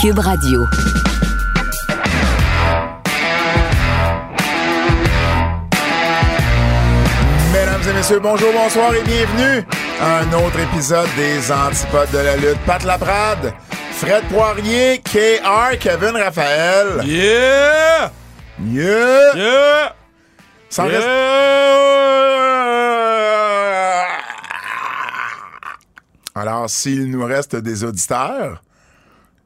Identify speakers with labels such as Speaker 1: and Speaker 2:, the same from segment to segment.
Speaker 1: Cube Radio.
Speaker 2: Mesdames et messieurs, bonjour, bonsoir et bienvenue à un autre épisode des Antipodes de la lutte. Pat Laprade, Fred Poirier, KR, Kevin Raphaël.
Speaker 3: Yeah!
Speaker 2: Yeah!
Speaker 3: Yeah!
Speaker 2: Sans
Speaker 3: Yeah!
Speaker 2: reste- Alors, s'il nous reste des auditeurs,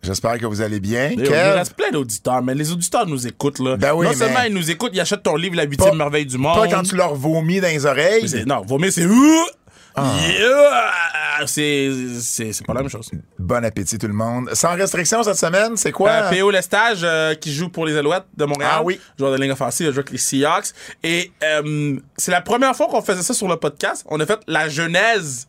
Speaker 2: j'espère que vous allez bien.
Speaker 3: Il
Speaker 2: Kev,
Speaker 3: reste plein d'auditeurs, mais les auditeurs nous écoutent. Là.
Speaker 2: Ben oui,
Speaker 3: non
Speaker 2: mais-
Speaker 3: seulement ils nous écoutent, ils achètent ton livre La
Speaker 2: pas-
Speaker 3: huitième merveille du monde.
Speaker 2: Pas quand tu leur vomis dans les oreilles.
Speaker 3: C'est- Non, vomir, c'est... Ouh!
Speaker 2: Ah.
Speaker 3: Yeah! C'est- C'est c'est pas la même chose.
Speaker 2: Bon appétit tout le monde. Sans restriction cette semaine, c'est quoi?
Speaker 3: Euh, P.O. Lestage, euh, qui joue pour les Alouettes de Montréal.
Speaker 2: Ah oui.
Speaker 3: Joueur de ligne offensive, il joue avec les Seahawks. Et euh, c'est la première fois qu'on faisait ça sur le podcast. On a fait la genèse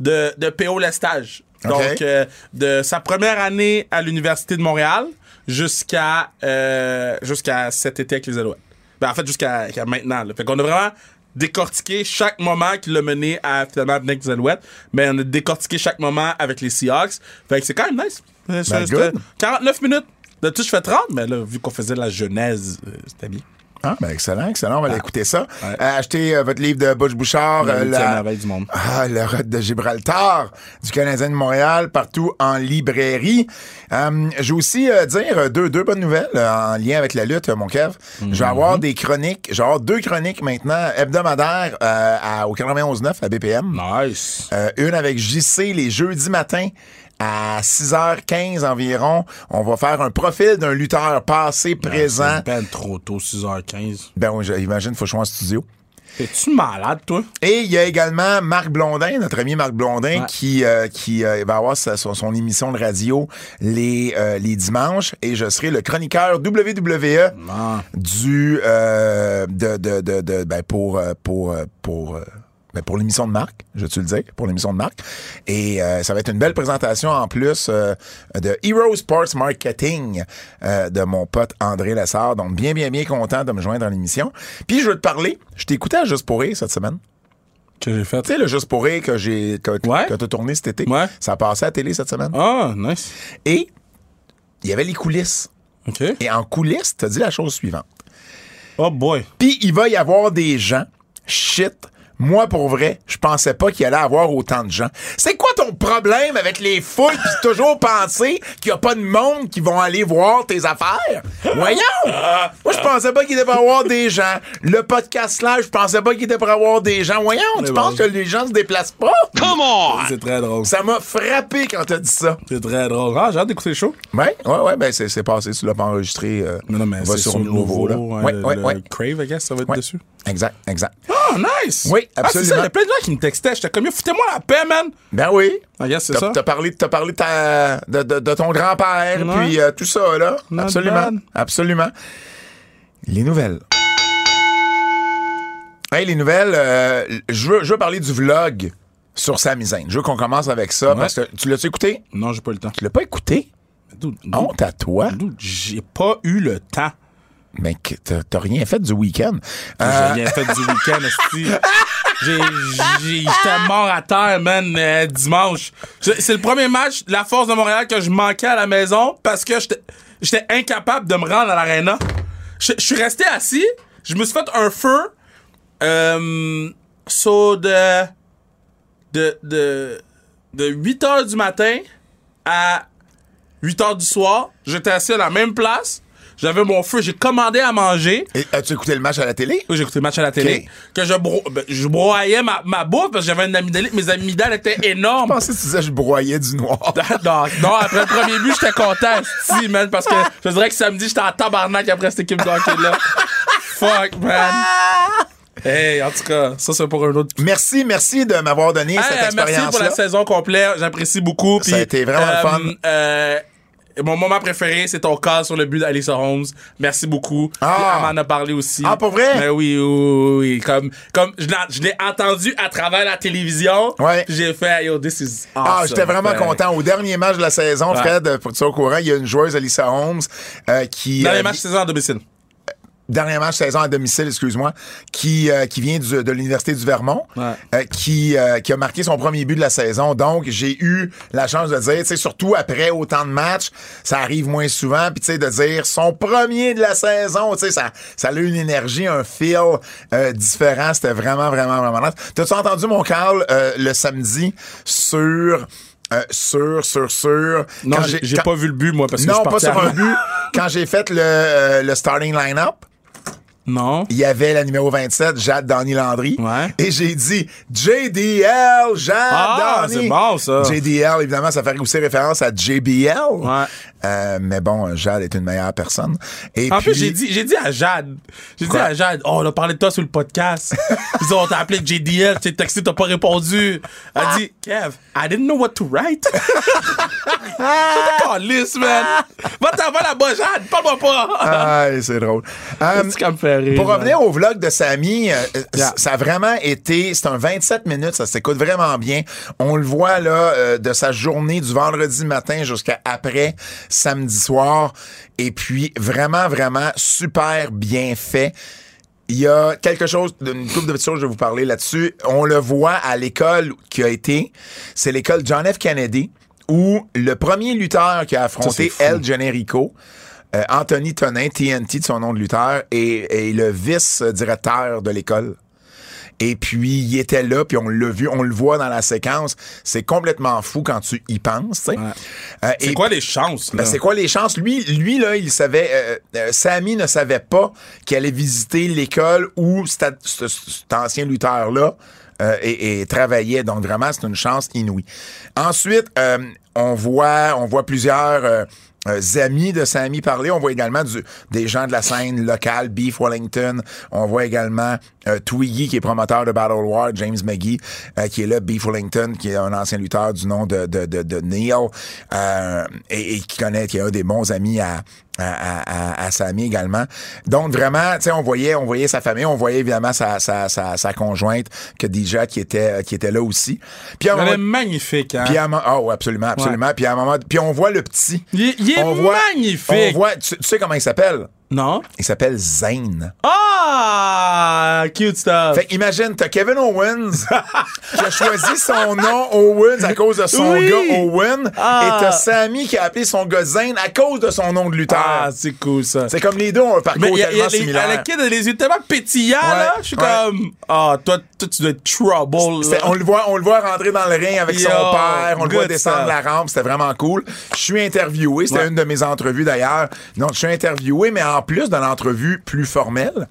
Speaker 3: de, de P.O. Lestage. Donc, euh, de sa première année à l'Université de Montréal jusqu'à euh, jusqu'à cet été avec les Alouettes. Ben, en fait, jusqu'à jusqu'à maintenant. là. Fait qu'on a vraiment décortiqué chaque moment qui l'a mené à finalement venir avec les Alouettes. Mais on a décortiqué chaque moment avec les Seahawks. Fait que c'est quand même nice. Euh, c'est-
Speaker 2: Ben,
Speaker 3: c'était-
Speaker 2: good.
Speaker 3: 49 minutes. De tout, je fais 30, mais là, vu qu'on faisait de la genèse, euh, c'était bien.
Speaker 2: Ah, ben excellent, excellent. On va aller écouter ça. Euh, achetez euh, votre livre de Butch Bouchard.
Speaker 3: La
Speaker 2: euh,
Speaker 3: huitième merveille du monde.
Speaker 2: Ah, le Rock de Gibraltar du Canadien de Montréal, partout en librairie. Euh, je vais aussi euh, dire euh, deux, deux bonnes nouvelles euh, en lien avec la lutte, euh, mon Kev. Je vais
Speaker 3: Mhm.
Speaker 2: avoir des chroniques, je vais avoir deux chroniques maintenant hebdomadaires euh, à- au 91.9 à BPM.
Speaker 3: Nice.
Speaker 2: Euh, une avec JC les jeudis matins à 6h15 environ. On va faire un profil d'un lutteur passé, présent.
Speaker 3: C'est ben trop tôt, 6h15.
Speaker 2: Ben oui, j'imagine, faut que je sois en studio.
Speaker 3: T'es-tu malade, toi?
Speaker 2: Et il y a également Marc Blondin, notre ami Marc Blondin,
Speaker 3: Ouais.
Speaker 2: qui, euh, qui euh, va avoir sa- son, son émission de radio les, euh, les dimanches. Et je serai le chroniqueur WWE du euh, de, de, de, de- ben pour euh, pour euh, pour euh, ben, pour l'émission de Marc, je vais te le dire, pour l'émission de Marc. Et euh, ça va être une belle présentation en plus euh, de Hero Sports Marketing euh, de mon pote André Lessard. Donc, bien, bien, bien content de me joindre dans l'émission. Puis, je veux te parler. Je t'écoutais à Juste pour Rire cette semaine.
Speaker 3: Que j'ai fait?
Speaker 2: Tu sais, le Juste pour Rire que j'ai que,
Speaker 3: Ouais.
Speaker 2: que t'as tourné cet été.
Speaker 3: Ouais.
Speaker 2: Ça a passé à la télé cette semaine.
Speaker 3: Ah, nice.
Speaker 2: Et il y avait les coulisses.
Speaker 3: OK.
Speaker 2: Et en coulisses, t'as dit la chose suivante.
Speaker 3: Oh boy.
Speaker 2: Puis il va y avoir des gens. Shit. Moi, pour vrai, je pensais pas qu'il allait avoir autant de gens. C'est quoi ton problème avec les foules pis toujours penser qu'il y a pas de monde qui vont aller voir tes affaires? Voyons! Moi, je pensais pas qu'il devait y avoir des gens. Le podcast là, je pensais pas qu'il devait y avoir des gens. Voyons, tu
Speaker 3: bon.
Speaker 2: penses que les gens se déplacent pas?
Speaker 3: C'est très drôle.
Speaker 2: Ça m'a frappé quand t'as dit ça.
Speaker 3: C'est très drôle. Ah, j'ai hâte d'écouter le show.
Speaker 2: Ouais, ouais, ouais, ben c'est c'est passé, tu l'as pas enregistré. euh,
Speaker 3: Non, non, mais
Speaker 2: va
Speaker 3: c'est sur le nouveau, là. hein,
Speaker 2: Ouais,
Speaker 3: le-
Speaker 2: ouais,
Speaker 3: le
Speaker 2: ouais.
Speaker 3: Crave, I guess, ça va être
Speaker 2: Ouais.
Speaker 3: dessus.
Speaker 2: Exact, exact.
Speaker 3: Ah, nice.
Speaker 2: Oui,
Speaker 3: Ah, c'est
Speaker 2: absolument.
Speaker 3: ça, il y a plein de gens qui me textaient. J'étais comme, Yo, foutez-moi la paix, man.
Speaker 2: Ben oui.
Speaker 3: I guess, c'est
Speaker 2: T'as-
Speaker 3: ça.
Speaker 2: T'as parlé, t'as parlé de ta- de, de- de ton grand-père,
Speaker 3: Ouais.
Speaker 2: puis euh, tout ça, là.
Speaker 3: Not
Speaker 2: absolument.
Speaker 3: bad.
Speaker 2: Absolument. Les nouvelles. Hey, les nouvelles, euh, je, veux, je veux parler du vlog sur Samizane. Je veux qu'on commence avec ça, parce que tu l'as-tu écouté?
Speaker 3: Non, j'ai pas eu le temps.
Speaker 2: Tu l'as pas écouté?
Speaker 3: Dude, dude,
Speaker 2: Honte à toi.
Speaker 3: dude, J'ai pas eu le temps.
Speaker 2: Mais que t'as t'as rien fait du week-end. Euh,
Speaker 3: J'ai rien fait du week-end, esti. J'ai- j'ai- J'étais mort à terre, man, euh, dimanche. C'est c'est le premier match de la Force de Montréal que je manquais à la maison parce que j'étais- j'étais incapable de me rendre à l'aréna. Je je suis resté assis, je me suis fait un feu. Euh, so de, de, de, de 8 h du matin à 8 h du soir, j'étais assis à la même place. J'avais mon feu, j'ai commandé à manger.
Speaker 2: et As-tu écouté le match à la télé?
Speaker 3: Oui, j'ai écouté le match à la
Speaker 2: Ok.
Speaker 3: télé. Que je, bro- ben, je broyais ma, ma bouffe parce que j'avais une amygdale. Mes amygdales étaient
Speaker 2: Je
Speaker 3: énormes.
Speaker 2: pensais que tu disais je broyais du noir.
Speaker 3: non, non, après le premier but, j'étais content, si, man, parce que je
Speaker 2: Ah!
Speaker 3: dirais que samedi, j'étais en tabarnak après cette équipe de hockey-là. Fuck, man. Hey, en tout cas, ça, c'est pour un autre.
Speaker 2: Merci, merci de m'avoir donné
Speaker 3: Hey,
Speaker 2: cette
Speaker 3: euh, merci
Speaker 2: expérience-là.
Speaker 3: pour la saison complète. J'apprécie beaucoup.
Speaker 2: Ça a
Speaker 3: puis,
Speaker 2: été vraiment
Speaker 3: euh,
Speaker 2: fun.
Speaker 3: euh, mon moment préféré, c'est ton cas sur le but d'Alice Holmes. Merci beaucoup.
Speaker 2: Ah.
Speaker 3: Puis Amand en a parlé aussi.
Speaker 2: Ah, pour vrai?
Speaker 3: Mais oui, oui, oui. Comme, comme je l'ai- je l'ai entendu à travers la télévision.
Speaker 2: Ouais.
Speaker 3: Puis J'ai fait, yo, this is awesome.
Speaker 2: Ah, j'étais vraiment
Speaker 3: Ouais.
Speaker 2: content. Au dernier match de la saison,
Speaker 3: Ouais.
Speaker 2: Fred, euh, pour que tu sois au courant, il y a une joueuse, Alyssa Holmes, euh, qui...
Speaker 3: Dans les
Speaker 2: euh,
Speaker 3: matchs saison à domicile.
Speaker 2: dernier match saison à domicile, excuse-moi, qui, euh, qui vient du- de l'Université du Vermont,
Speaker 3: Ouais.
Speaker 2: euh, qui, euh, qui a marqué son premier but de la saison. Donc, j'ai eu la chance de dire, tu sais, surtout après autant de matchs, ça arrive moins souvent, puis tu sais, de dire son premier de la saison, tu sais, ça, ça a eu une énergie, un feel euh, différent. C'était vraiment, vraiment, vraiment nice. T'as-tu entendu mon call euh, le samedi sur... euh, sur, sur, sur...
Speaker 3: Non,
Speaker 2: quand
Speaker 3: j'ai
Speaker 2: j'ai-
Speaker 3: j'ai
Speaker 2: quand-
Speaker 3: pas vu le but, moi, parce que je
Speaker 2: non,
Speaker 3: suis
Speaker 2: pas
Speaker 3: parti
Speaker 2: sur
Speaker 3: à-
Speaker 2: un but. Quand j'ai fait le, euh, le starting line-up,
Speaker 3: Non.
Speaker 2: il y avait la numéro 27, Jade Danny Landry.
Speaker 3: Ouais.
Speaker 2: Et j'ai dit JDL, Jade
Speaker 3: Ah,
Speaker 2: Danny.
Speaker 3: c'est bon, ça.
Speaker 2: JDL, évidemment, ça fait aussi référence à JBL.
Speaker 3: Ouais.
Speaker 2: Euh, mais bon, Jade est une meilleure personne. Et
Speaker 3: En
Speaker 2: puis,
Speaker 3: plus, j'ai dit, j'ai dit à Jade, j'ai dit
Speaker 2: Quoi?
Speaker 3: à Jade, oh, on a parlé de toi sur le podcast. Ils ont appelé JDL, t'es texté, t'as pas répondu. Elle dit, Ah, Kev, I didn't know what to write. T'es calice, man. Va t'en va là-bas, Jade, parle-moi pas.
Speaker 2: Aïe, Ah, c'est drôle. Euh,
Speaker 3: Ah, C'est comme faire rire,
Speaker 2: pour
Speaker 3: man.
Speaker 2: revenir au vlog de Samy, euh, euh,
Speaker 3: Yeah.
Speaker 2: ça a vraiment été. C'est un 27 minutes, ça s'écoute vraiment bien. On le voit là euh, de sa journée du vendredi matin jusqu'à après samedi soir. Et puis vraiment, vraiment super bien fait. Il y a quelque chose, une couple de petites choses, je vais vous parler là-dessus. On le voit à l'école qui a été, c'est l'école John F. Kennedy, où le premier lutteur qui a affronté
Speaker 3: Ça, c'est fou.
Speaker 2: El Generico, euh, Anthony Tonin, TNT de son nom de lutteur, est, est le vice-directeur de l'école. Et puis, il était là, puis on l'a vu, on le voit dans la séquence. C'est complètement fou quand tu y penses, tu sais. Euh,
Speaker 3: C'est
Speaker 2: et
Speaker 3: quoi les chances, là?
Speaker 2: ben, c'est quoi les chances? Lui, lui là, il savait. euh, euh, Sammy ne savait pas qu'il allait visiter l'école où cet, ce- ce- cet ancien lutteur-là euh, et, et travaillait. Donc, vraiment, c'est une chance inouïe. Ensuite, euh, on, voit, on voit plusieurs. euh, euh, amis de Sammy parler. On voit également du- des gens de la scène locale, Beef Wellington. On voit également euh, Twiggy, qui est promoteur de Battle War, James McGee, euh, qui est là, Beef Wellington, qui est un ancien lutteur du nom de, de, de, de Neil, euh, et, et qui connaît, qui a des bons amis à, à, à, à, à Samy également. Donc vraiment, tu sais, on voyait, on voyait sa famille, on voyait évidemment sa, sa, sa, sa conjointe, que déjà qui était, qui était là aussi. Puis à un
Speaker 3: Elle est
Speaker 2: moment-
Speaker 3: magnifique, hein.
Speaker 2: puis à un moment- ah ouais, absolument, absolument. Puis à un moment, puis on voit le petit.
Speaker 3: Il est- il est magnifique.
Speaker 2: On voit, tu, tu sais comment il s'appelle?
Speaker 3: Non?
Speaker 2: Il s'appelle Zane.
Speaker 3: Ah! Cute stuff.
Speaker 2: Fait imagine, t'as Kevin Owens qui a choisi son nom Owens à cause de son
Speaker 3: Oui.
Speaker 2: gars Owen.
Speaker 3: Ah.
Speaker 2: Et t'as Sammy qui a appelé son gars Zane à cause de son nom de lutteur.
Speaker 3: ah, c'est cool, ça.
Speaker 2: C'est comme les deux ont un parcours
Speaker 3: Mais il y a, il y
Speaker 2: tellement
Speaker 3: a les,
Speaker 2: similaire.
Speaker 3: le kid a les yeux tellement pétillants,
Speaker 2: Ouais,
Speaker 3: là. Je suis
Speaker 2: ouais.
Speaker 3: comme, ah, toi, toi, tu dois être trouble.
Speaker 2: C'est-
Speaker 3: là.
Speaker 2: on le voit, on le voit rentrer dans le ring avec son
Speaker 3: Yo,
Speaker 2: père. On le voit
Speaker 3: good
Speaker 2: descendre
Speaker 3: stuff.
Speaker 2: la rampe. C'était vraiment cool. Je suis interviewé. C'était
Speaker 3: Ouais.
Speaker 2: une de mes entrevues d'ailleurs. Donc, je suis interviewé, mais en plus de l'entrevue plus formelle,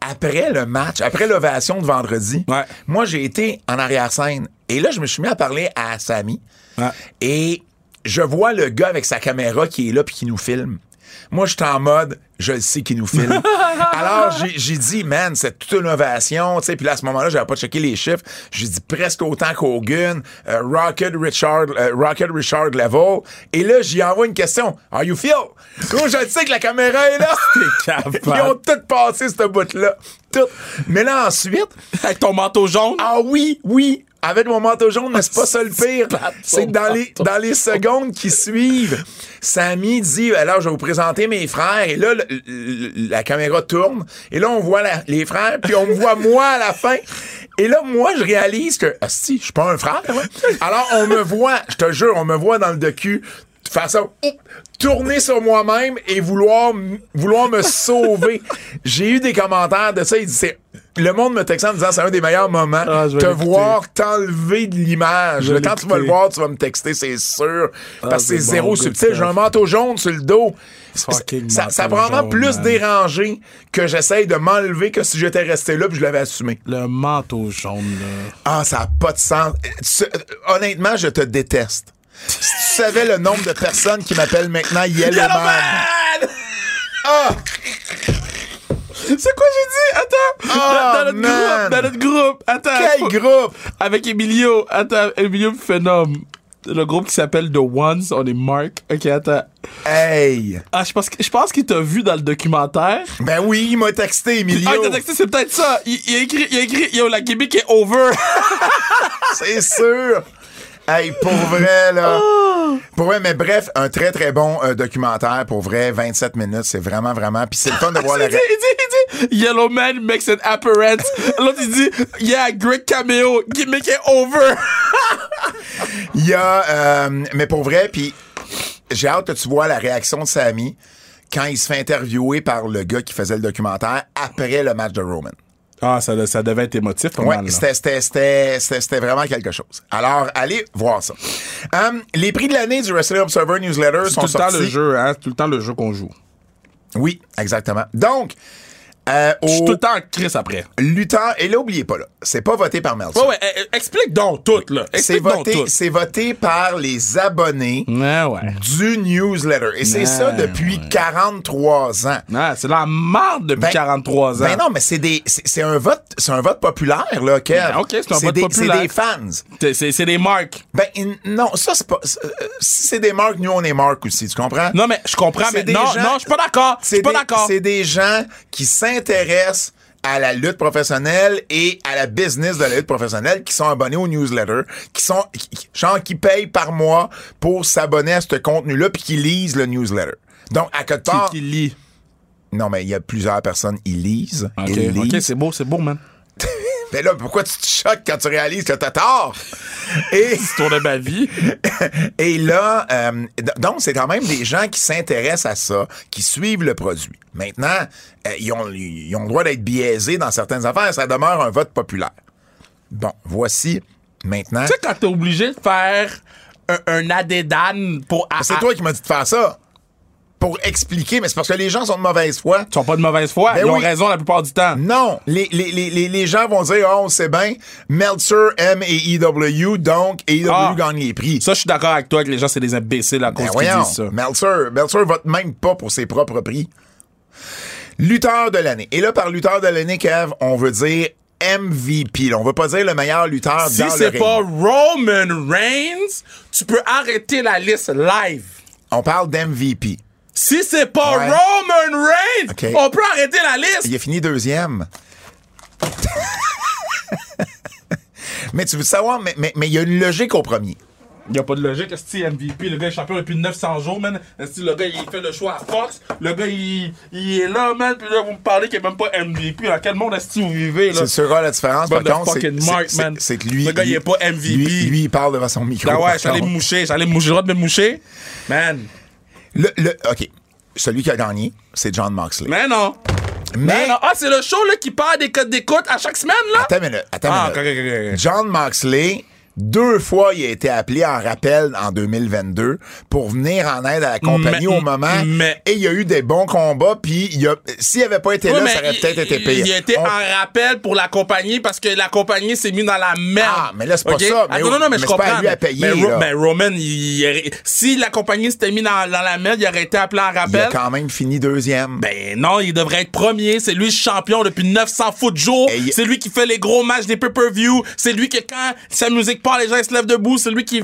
Speaker 2: après le match, après l'ovation de vendredi,
Speaker 3: Ouais.
Speaker 2: moi, j'ai été en arrière-scène. Et là, je me suis mis à parler à Samy.
Speaker 3: Ouais.
Speaker 2: Et je vois le gars avec sa caméra qui est là puis qui nous filme. Moi, je suis en mode, je le sais qu'il nous filme. Alors, j'ai- j'ai dit, man, c'est toute une ovation. tu sais. Puis là, à ce moment-là, j'avais pas checké les chiffres. J'ai dit presque autant qu'Hogan, euh, Rocket, Richard, euh, Rocket Richard level. Et là, j'y envoie une question. How you feel? Gros, je le sais que la caméra est là.
Speaker 3: capable.
Speaker 2: Ils ont tout passé, ce bout-là. Tout. Mais là, ensuite,
Speaker 3: Avec ton manteau jaune.
Speaker 2: ah oui, oui, avec mon manteau jaune, mais c'est pas ça le pire. C'est que dans les, dans les secondes qui suivent, Samy dit, euh, alors je vais vous présenter mes frères. Et là, le- le- la caméra tourne. Et là, on voit la- les frères, puis on me voit moi à la fin. Et là, moi, je réalise que, si, je suis pas un frère. moi. Alors, on me voit, je te jure, on me voit dans le docu de façon oup, tourner sur moi-même et vouloir m- vouloir me sauver. J'ai eu des commentaires de ça, il dit c'est le monde me textant en disant c'est un des meilleurs moments
Speaker 3: Ah, je vais
Speaker 2: te
Speaker 3: l'écouter.
Speaker 2: voir t'enlever de l'image.
Speaker 3: Je vais
Speaker 2: Quand tu vas le
Speaker 3: l'écouter.
Speaker 2: voir, tu vas me texter, c'est sûr parce que
Speaker 3: c'est
Speaker 2: Ah, c'est
Speaker 3: bon,
Speaker 2: zéro
Speaker 3: good
Speaker 2: subtil, j'ai
Speaker 3: stuff.
Speaker 2: un manteau jaune sur le dos.
Speaker 3: Fucking
Speaker 2: Ça, ça
Speaker 3: manteau
Speaker 2: prend vraiment
Speaker 3: jaune,
Speaker 2: plus
Speaker 3: man.
Speaker 2: dérangé que j'essaye de m'enlever que si j'étais resté là puis je l'avais assumé.
Speaker 3: Le manteau jaune, là.
Speaker 2: Ah, ça n'a pas de sens. Euh, tu- euh, Honnêtement, je te déteste. Si tu savais le nombre de personnes qui m'appellent maintenant Yellowman.
Speaker 3: Man!
Speaker 2: Ah!
Speaker 3: Ah! C'est quoi j'ai dit? Attends!
Speaker 2: Oh,
Speaker 3: dans, notre
Speaker 2: man.
Speaker 3: groupe, dans notre groupe! Attends! faut-
Speaker 2: Quel groupe!
Speaker 3: Avec Emilio! Attends, Emilio Phenom. Le groupe qui s'appelle The Ones, on est Mark. Ok, attends.
Speaker 2: Hey!
Speaker 3: Ah, je pense, que- je pense qu'il t'a vu dans le documentaire.
Speaker 2: Ben oui, il m'a texté, Emilio.
Speaker 3: Ah, il t'a texté, c'est peut-être ça. Il, il a écrit, il a écrit, yo, la gimmick est over.
Speaker 2: C'est sûr! Hey, pour vrai, là. Pour vrai, mais bref, un très, très bon euh, documentaire. Pour vrai, 27 minutes, c'est vraiment, vraiment. Puis c'est le fun de voir la
Speaker 3: il, dit, il dit, il dit, Yellow Man makes an appearance. L'autre, il dit, yeah, great cameo, gimmick est over.
Speaker 2: Il y a, euh, mais pour vrai, puis j'ai hâte que tu vois la réaction de Samy quand il se fait interviewer par le gars qui faisait le documentaire après le match de Roman.
Speaker 3: Ah, ça, ça devait être émotif, pas
Speaker 2: Ouais, c'était- c'était- c'était c'était- c'était vraiment quelque chose. Alors, allez voir ça. Hum, les prix de l'année du Wrestling Observer Newsletter sont
Speaker 3: tout le temps
Speaker 2: sortis.
Speaker 3: le jeu, hein, tout le temps le jeu qu'on joue.
Speaker 2: Oui, exactement. Donc, euh,
Speaker 3: Je suis
Speaker 2: au
Speaker 3: tout le temps en crise après.
Speaker 2: lutteur, et là, oubliez pas, là, c'est pas voté par Meltzer.
Speaker 3: Ouais, ouais, eh, eh, explique donc tout, là.
Speaker 2: c'est
Speaker 3: Explique donc
Speaker 2: voté,
Speaker 3: tout.
Speaker 2: c'est voté par les abonnés
Speaker 3: Ouais, ouais.
Speaker 2: du newsletter. Et c'est
Speaker 3: Ah, Ouais,
Speaker 2: ça depuis 43 ans.
Speaker 3: Ouais, Ah, c'est la marde depuis
Speaker 2: Ben-
Speaker 3: 43 ans.
Speaker 2: Ben non, mais c'est des, c'est c'est un vote, c'est un vote populaire là, Kev.
Speaker 3: Ben, ok, c'est un vote
Speaker 2: des,
Speaker 3: populaire.
Speaker 2: C'est des fans.
Speaker 3: C'est- C'est c'est des marques.
Speaker 2: Ben in- non, ça c'est pas. c'est- euh, Si c'est des marques, nous on est marques aussi, tu comprends
Speaker 3: Non, mais je comprends,
Speaker 2: C'est
Speaker 3: mais
Speaker 2: des
Speaker 3: non,
Speaker 2: gens-
Speaker 3: non, je suis pas d'accord. Je
Speaker 2: C'est
Speaker 3: suis pas
Speaker 2: des-
Speaker 3: d'accord.
Speaker 2: C'est des gens qui s'intéressent à la lutte professionnelle et à la business de la lutte professionnelle qui sont abonnés au newsletter, qui sont qui- qui- gens qui payent par mois pour s'abonner à ce contenu-là puis qui lisent le newsletter. Donc à quelque part,
Speaker 3: Qui, qui lit.
Speaker 2: non mais il y a plusieurs personnes ils lisent,
Speaker 3: Ok,
Speaker 2: ils lisent.
Speaker 3: ok, c'est beau, c'est beau, man.
Speaker 2: Mais là, pourquoi tu te choques quand tu réalises que t'as tort? Et,
Speaker 3: Tour de ma vie.
Speaker 2: et là, euh, d- donc, c'est quand même des gens qui s'intéressent à ça, qui suivent le produit. Maintenant, euh, ils, ont, ils ont le droit d'être biaisés dans certaines affaires. Ça demeure un vote populaire. Bon, voici maintenant.
Speaker 3: Tu sais, quand t'es obligé de faire un, un adédane pour. à-
Speaker 2: Ah, C'est
Speaker 3: à-
Speaker 2: toi qui m'as dit de faire ça. Pour expliquer, mais c'est parce que les gens sont de mauvaise foi.
Speaker 3: Ils sont pas de mauvaise foi.
Speaker 2: Ben
Speaker 3: ils ont
Speaker 2: oui.
Speaker 3: raison la plupart du temps.
Speaker 2: Non, les, les, les, les, les gens vont dire, oh, on sait bien, Meltzer aime AEW, donc AEW
Speaker 3: Ah.
Speaker 2: gagne les prix.
Speaker 3: Ça, je suis d'accord avec toi que les gens, c'est des imbéciles à cause
Speaker 2: Ben
Speaker 3: qu'ils
Speaker 2: voyons,
Speaker 3: disent ça.
Speaker 2: Meltzer, Meltzer vote même pas pour ses propres prix. Lutteur de l'année. Et là, par lutteur de l'année, Kev, on veut dire MVP. Là, on veut pas dire le meilleur lutteur
Speaker 3: Si
Speaker 2: dans le
Speaker 3: c'est
Speaker 2: ring.
Speaker 3: pas Roman Reigns, tu peux arrêter la liste live.
Speaker 2: On parle d'MVP.
Speaker 3: Si c'est pas
Speaker 2: Ouais.
Speaker 3: Roman Reigns,
Speaker 2: Ok.
Speaker 3: on peut arrêter la liste.
Speaker 2: Il a fini deuxième. mais tu veux savoir, mais il mais, mais il y a une logique au premier.
Speaker 3: Il n'y a pas de logique. Est-ce MVP, le gars est champion depuis 900 jours, man? Est-ce le gars, il fait le choix à Fox? Le gars, il, il est là, man. Puis là, vous me parlez qu'il n'est même pas MVP. Dans quel monde est-ce que vous vivez, là?
Speaker 2: C'est sur la différence. Par
Speaker 3: Bon, the
Speaker 2: contre, c'est-
Speaker 3: fucking
Speaker 2: c'est-
Speaker 3: mark,
Speaker 2: c'est
Speaker 3: man.
Speaker 2: c'est que lui.
Speaker 3: Le gars, il
Speaker 2: lui-
Speaker 3: est pas MVP.
Speaker 2: Lui, lui, il parle devant son micro.
Speaker 3: Ah
Speaker 2: par
Speaker 3: ouais, je suis allé me
Speaker 2: contre.
Speaker 3: moucher, je suis allé me moucher, j'ai le droit de me moucher. Man,
Speaker 2: le, le- OK. Celui qui a gagné, c'est John Moxley.
Speaker 3: mais non. Mais
Speaker 2: mais
Speaker 3: non. Ah, c'est le show là, qui part des codes d'écoute à chaque semaine, là?
Speaker 2: Attends une minute, attends une
Speaker 3: Ah,
Speaker 2: minute.
Speaker 3: ok, ok, ok, ok.
Speaker 2: John Moxley, deux fois, il a été appelé en rappel en 2022 pour venir en aide à la compagnie
Speaker 3: Mais-
Speaker 2: au moment.
Speaker 3: mais-
Speaker 2: et il y a eu des bons combats, puis il a- s'il avait pas été
Speaker 3: Ouais,
Speaker 2: là,
Speaker 3: mais
Speaker 2: ça aurait
Speaker 3: il-
Speaker 2: peut-être été pire. Oh.
Speaker 3: Il a été
Speaker 2: On-
Speaker 3: en rappel pour la compagnie parce que la compagnie s'est mise dans la merde.
Speaker 2: Ah, mais là, c'est pas
Speaker 3: Ok?
Speaker 2: ça. Mais
Speaker 3: Attends, non, non, mais,
Speaker 2: mais
Speaker 3: je
Speaker 2: c'est pas à
Speaker 3: comprends.
Speaker 2: lui à payer,
Speaker 3: mais, Ro-
Speaker 2: là.
Speaker 3: mais Roman, il- il aurait- si la compagnie s'était mise dans, dans la merde, il aurait été appelé en
Speaker 2: Il a
Speaker 3: rappel.
Speaker 2: quand même fini deuxième.
Speaker 3: Ben non, il devrait être premier. C'est lui le champion depuis 900 foot jours.
Speaker 2: Et il-
Speaker 3: C'est lui qui fait les gros matchs des pay-per-view. C'est lui que quand sa musique part, les gens ils se lèvent debout. C'est lui qui...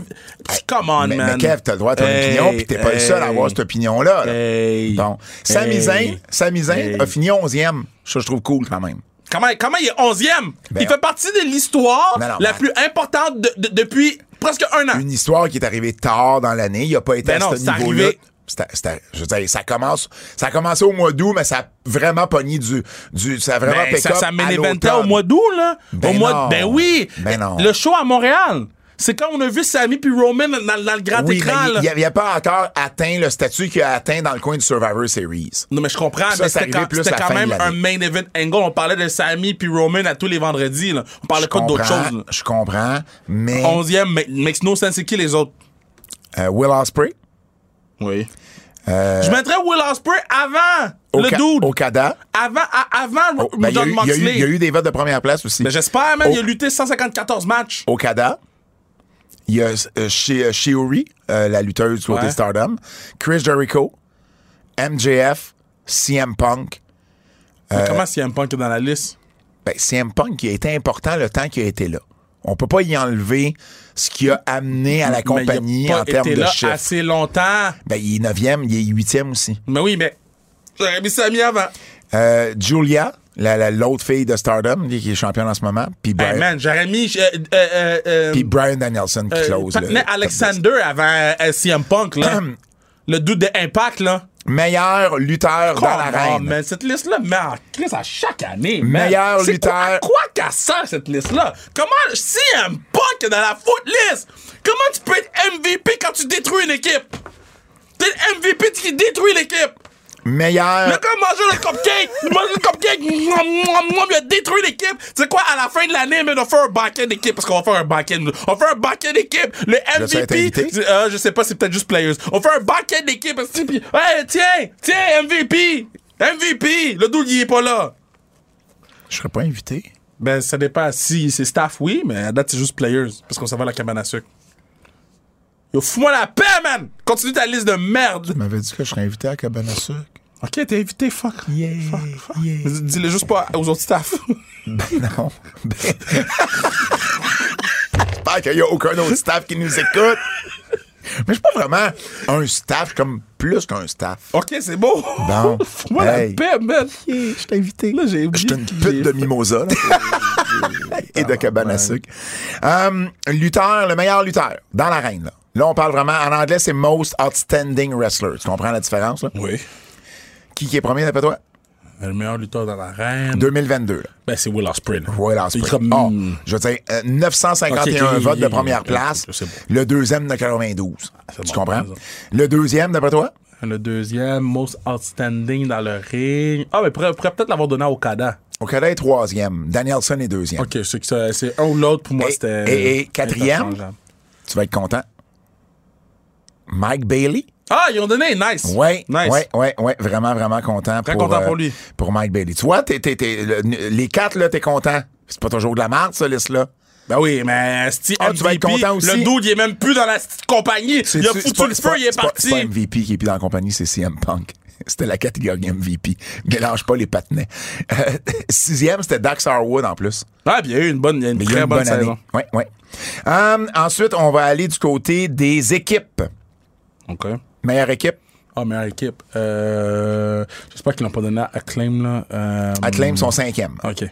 Speaker 3: Come on,
Speaker 2: mais,
Speaker 3: man.
Speaker 2: mais Kev, t'as le droit à ton
Speaker 3: Hey,
Speaker 2: opinion, puis t'es pas le seul à
Speaker 3: hey.
Speaker 2: avoir cette opinion-là. là.
Speaker 3: Hey.
Speaker 2: Bon. Sami
Speaker 3: Hey.
Speaker 2: Zayn, Sami Zayn
Speaker 3: Hey.
Speaker 2: a fini onzième. Ça, je trouve cool quand même.
Speaker 3: Comment, comment il est 11e?
Speaker 2: Ben,
Speaker 3: il fait partie de l'histoire
Speaker 2: Non, non,
Speaker 3: la
Speaker 2: mais-
Speaker 3: plus importante de- de- depuis presque un an.
Speaker 2: une histoire qui est arrivée tard dans l'année. Il n'a pas été
Speaker 3: Ben
Speaker 2: à
Speaker 3: non,
Speaker 2: ce
Speaker 3: c'est
Speaker 2: niveau-là.
Speaker 3: arrivé-
Speaker 2: C'était- c'était- je veux dire, ça commence, ça a commencé au mois d'août, mais ça a vraiment pogné du, du, ça a vraiment
Speaker 3: Ben,
Speaker 2: pick
Speaker 3: ça,
Speaker 2: up
Speaker 3: ça
Speaker 2: à
Speaker 3: m'éventait
Speaker 2: l'automne.
Speaker 3: au mois d'août, là.
Speaker 2: Ben
Speaker 3: au mois
Speaker 2: non.
Speaker 3: Ben oui.
Speaker 2: Ben non.
Speaker 3: Le show à Montréal. C'est quand on a vu Sammy puis Roman dans, dans le grand
Speaker 2: Oui, ben
Speaker 3: écran,
Speaker 2: mais il-
Speaker 3: là.
Speaker 2: il n'avait pas encore atteint le statut qu'il a atteint dans le coin du Survivor Series.
Speaker 3: Non, mais je
Speaker 2: Ça,
Speaker 3: comprends, mais
Speaker 2: c'est
Speaker 3: c'était
Speaker 2: arrivé
Speaker 3: quand,
Speaker 2: plus
Speaker 3: c'était
Speaker 2: à la
Speaker 3: quand
Speaker 2: fin de
Speaker 3: même un
Speaker 2: l'année.
Speaker 3: main event angle. On parlait de Sammy puis Roman à tous les vendredis, là. On parlait
Speaker 2: Je
Speaker 3: pas d'autre chose.
Speaker 2: comprends, je comprends, mais
Speaker 3: Onzième, ma- makes no sense, c'est qui les autres?
Speaker 2: euh, Will Ospreay,
Speaker 3: Oui. Euh, Je mettrais Will Ospreay avant le
Speaker 2: Oka-
Speaker 3: dude.
Speaker 2: Okada.
Speaker 3: Avant, à- avant
Speaker 2: Oh, ben, il y a
Speaker 3: John
Speaker 2: eu- il y, a eu-
Speaker 3: Moxley.
Speaker 2: il y a eu des votes de première place aussi.
Speaker 3: Mais j'espère, man,
Speaker 2: Oh.
Speaker 3: il a lutté 154 matchs.
Speaker 2: Okada. Il y a euh, Shi- euh, Shiori, euh, la lutteuse du côté
Speaker 3: Ouais.
Speaker 2: Stardom. Chris Jericho. MJF. CM Punk.
Speaker 3: Mais comment CM Punk est dans la liste?
Speaker 2: ben, CM Punk qui a été important le temps qu'il a été là. On peut pas y enlever ce qui a amené à la
Speaker 3: Mais
Speaker 2: compagnie
Speaker 3: il a
Speaker 2: en
Speaker 3: pas
Speaker 2: termes
Speaker 3: été
Speaker 2: de
Speaker 3: là
Speaker 2: chiffres.
Speaker 3: assez longtemps.
Speaker 2: Ben, il est neuvième, il est huitième aussi.
Speaker 3: Mais oui, mais j'aurais mis Sami avant.
Speaker 2: Euh, Julia, la- la- l'autre fille de Stardom, qui est championne en ce moment, puis
Speaker 3: Hey,
Speaker 2: Brian,
Speaker 3: Ben, man, j'aurais mis. euh, euh, euh, euh,
Speaker 2: puis Brian Danielson qui
Speaker 3: euh,
Speaker 2: close. le-
Speaker 3: Patnais Alexander avant euh, CM Punk, là. le doute de Impact, là.
Speaker 2: Meilleur lutteur dans l'arène.
Speaker 3: mais cette liste-là met en crise à chaque année. man.
Speaker 2: Meilleur
Speaker 3: C'est
Speaker 2: lutteur.
Speaker 3: À quoi qu'elle sert, cette liste-là? Comment CM Punk est dans la foot list? Comment tu peux être MVP quand tu détruis une équipe? T'es le MVP qui détruit l'équipe! Le
Speaker 2: Meilleur.
Speaker 3: gars mangeait le cupcake! Il mangeait le cupcake! Mouam, mouam, mouam, il a détruit l'équipe! Tu sais quoi, à la fin de l'année, man, on fait un banquet d'équipe parce qu'on va faire un banquet. On fait un banquet d'équipe! Le
Speaker 2: L'as-tu été
Speaker 3: MVP.
Speaker 2: invité?
Speaker 3: tu- euh, je sais pas, c'est peut-être juste players. On fait un banquet d'équipe! parce que- puis, Hey, tiens! Tiens, MVP! MVP! Le doux, il est pas là!
Speaker 2: Je serais pas invité.
Speaker 3: Ben, ça dépend. Si c'est staff, oui, mais à date, c'est juste players parce qu'on s'en va à la cabane à sucre. Yo, fous-moi la paix, man! Continue ta liste de merde!
Speaker 2: Tu m'avais dit que je serais invité à Cabane à sucre.
Speaker 3: Ok, t'es invité, fuck.
Speaker 2: Yeah, yeah.
Speaker 3: Dis-le juste pas aux autres staff.
Speaker 2: Non. Ben... J'espère qu'il n'y a aucun autre staff qui nous écoute. Mais je suis pas vraiment un staff, je suis comme plus qu'un staff.
Speaker 3: OK, c'est beau.
Speaker 2: Bon.
Speaker 3: Fous-moi
Speaker 2: Hey.
Speaker 3: la paix, man. je t'ai invité. Là, j'ai
Speaker 2: Je suis une pute de mimosa là. et de cabane à sucre. Hum, lutteur, le meilleur lutteur dans l'arène. Là. là, on parle vraiment. En anglais, c'est Most Outstanding Wrestler. Tu comprends la différence? Là?
Speaker 3: Oui.
Speaker 2: Qui, qui est premier d'après toi?
Speaker 3: Le meilleur lutteur dans l'arène.
Speaker 2: 2022. Là.
Speaker 3: Ben, c'est Will Ospreay. là.
Speaker 2: Royal Ospreay.
Speaker 3: Il est comme-
Speaker 2: Ah, je veux dire, euh, 951
Speaker 3: Ok, ok,
Speaker 2: votes de
Speaker 3: ok,
Speaker 2: première
Speaker 3: ok,
Speaker 2: place.
Speaker 3: ok, c'est bon.
Speaker 2: Le deuxième de 92.
Speaker 3: Ah, c'est
Speaker 2: tu
Speaker 3: bon,
Speaker 2: comprends?
Speaker 3: c'est bon.
Speaker 2: Le deuxième, d'après toi?
Speaker 3: Le deuxième, most outstanding dans le ring. Ah, mais pourrait, pourrait peut-être l'avoir donné à Okada.
Speaker 2: Okada est troisième. Danielson est deuxième.
Speaker 3: OK, c'est que ça- c'est un ou l'autre. Pour moi,
Speaker 2: Et-
Speaker 3: c'était...
Speaker 2: et- et quatrième?
Speaker 3: interchangeable.
Speaker 2: Tu vas être content. Mike Bailey?
Speaker 3: Ah, ils ont donné. Nice.
Speaker 2: Oui,
Speaker 3: Nice.
Speaker 2: ouais, ouais, ouais, vraiment, vraiment content.
Speaker 3: Très
Speaker 2: pour, euh,
Speaker 3: content pour lui.
Speaker 2: Pour Mike Bailey. Tu vois, t'es- t'es- t'es- le- les quatre, là, t'es content. C'est pas toujours de la merde, ça, liste-là.
Speaker 3: Ben oui, mais Steve
Speaker 2: Ah, tu vas être content aussi.
Speaker 3: Le dude, il est même plus dans la petite compagnie.
Speaker 2: C'est-
Speaker 3: il a
Speaker 2: c'est-
Speaker 3: foutu
Speaker 2: c'est pas-
Speaker 3: le
Speaker 2: c'est pas-
Speaker 3: feu, il est
Speaker 2: c'est pas-
Speaker 3: parti.
Speaker 2: C'est pas MVP qui est plus dans la compagnie, c'est CM Punk. C'était la catégorie MVP. Mélange pas les patinets. Euh, sixième, c'était Dax Harwood en plus.
Speaker 3: Ah, puis il y a eu une bonne, il y a une
Speaker 2: Mais il y
Speaker 3: très
Speaker 2: a une
Speaker 3: bonne,
Speaker 2: bonne
Speaker 3: saison.
Speaker 2: année. Ouais, ouais. Euh, ensuite, on va aller du côté des équipes.
Speaker 3: OK.
Speaker 2: Meilleure équipe,
Speaker 3: Ah, meilleure équipe. Euh, J'espère qu'ils l'ont pas donné à Acclaim, là. Euh,
Speaker 2: Acclaim euh, sont cinquième.
Speaker 3: OK.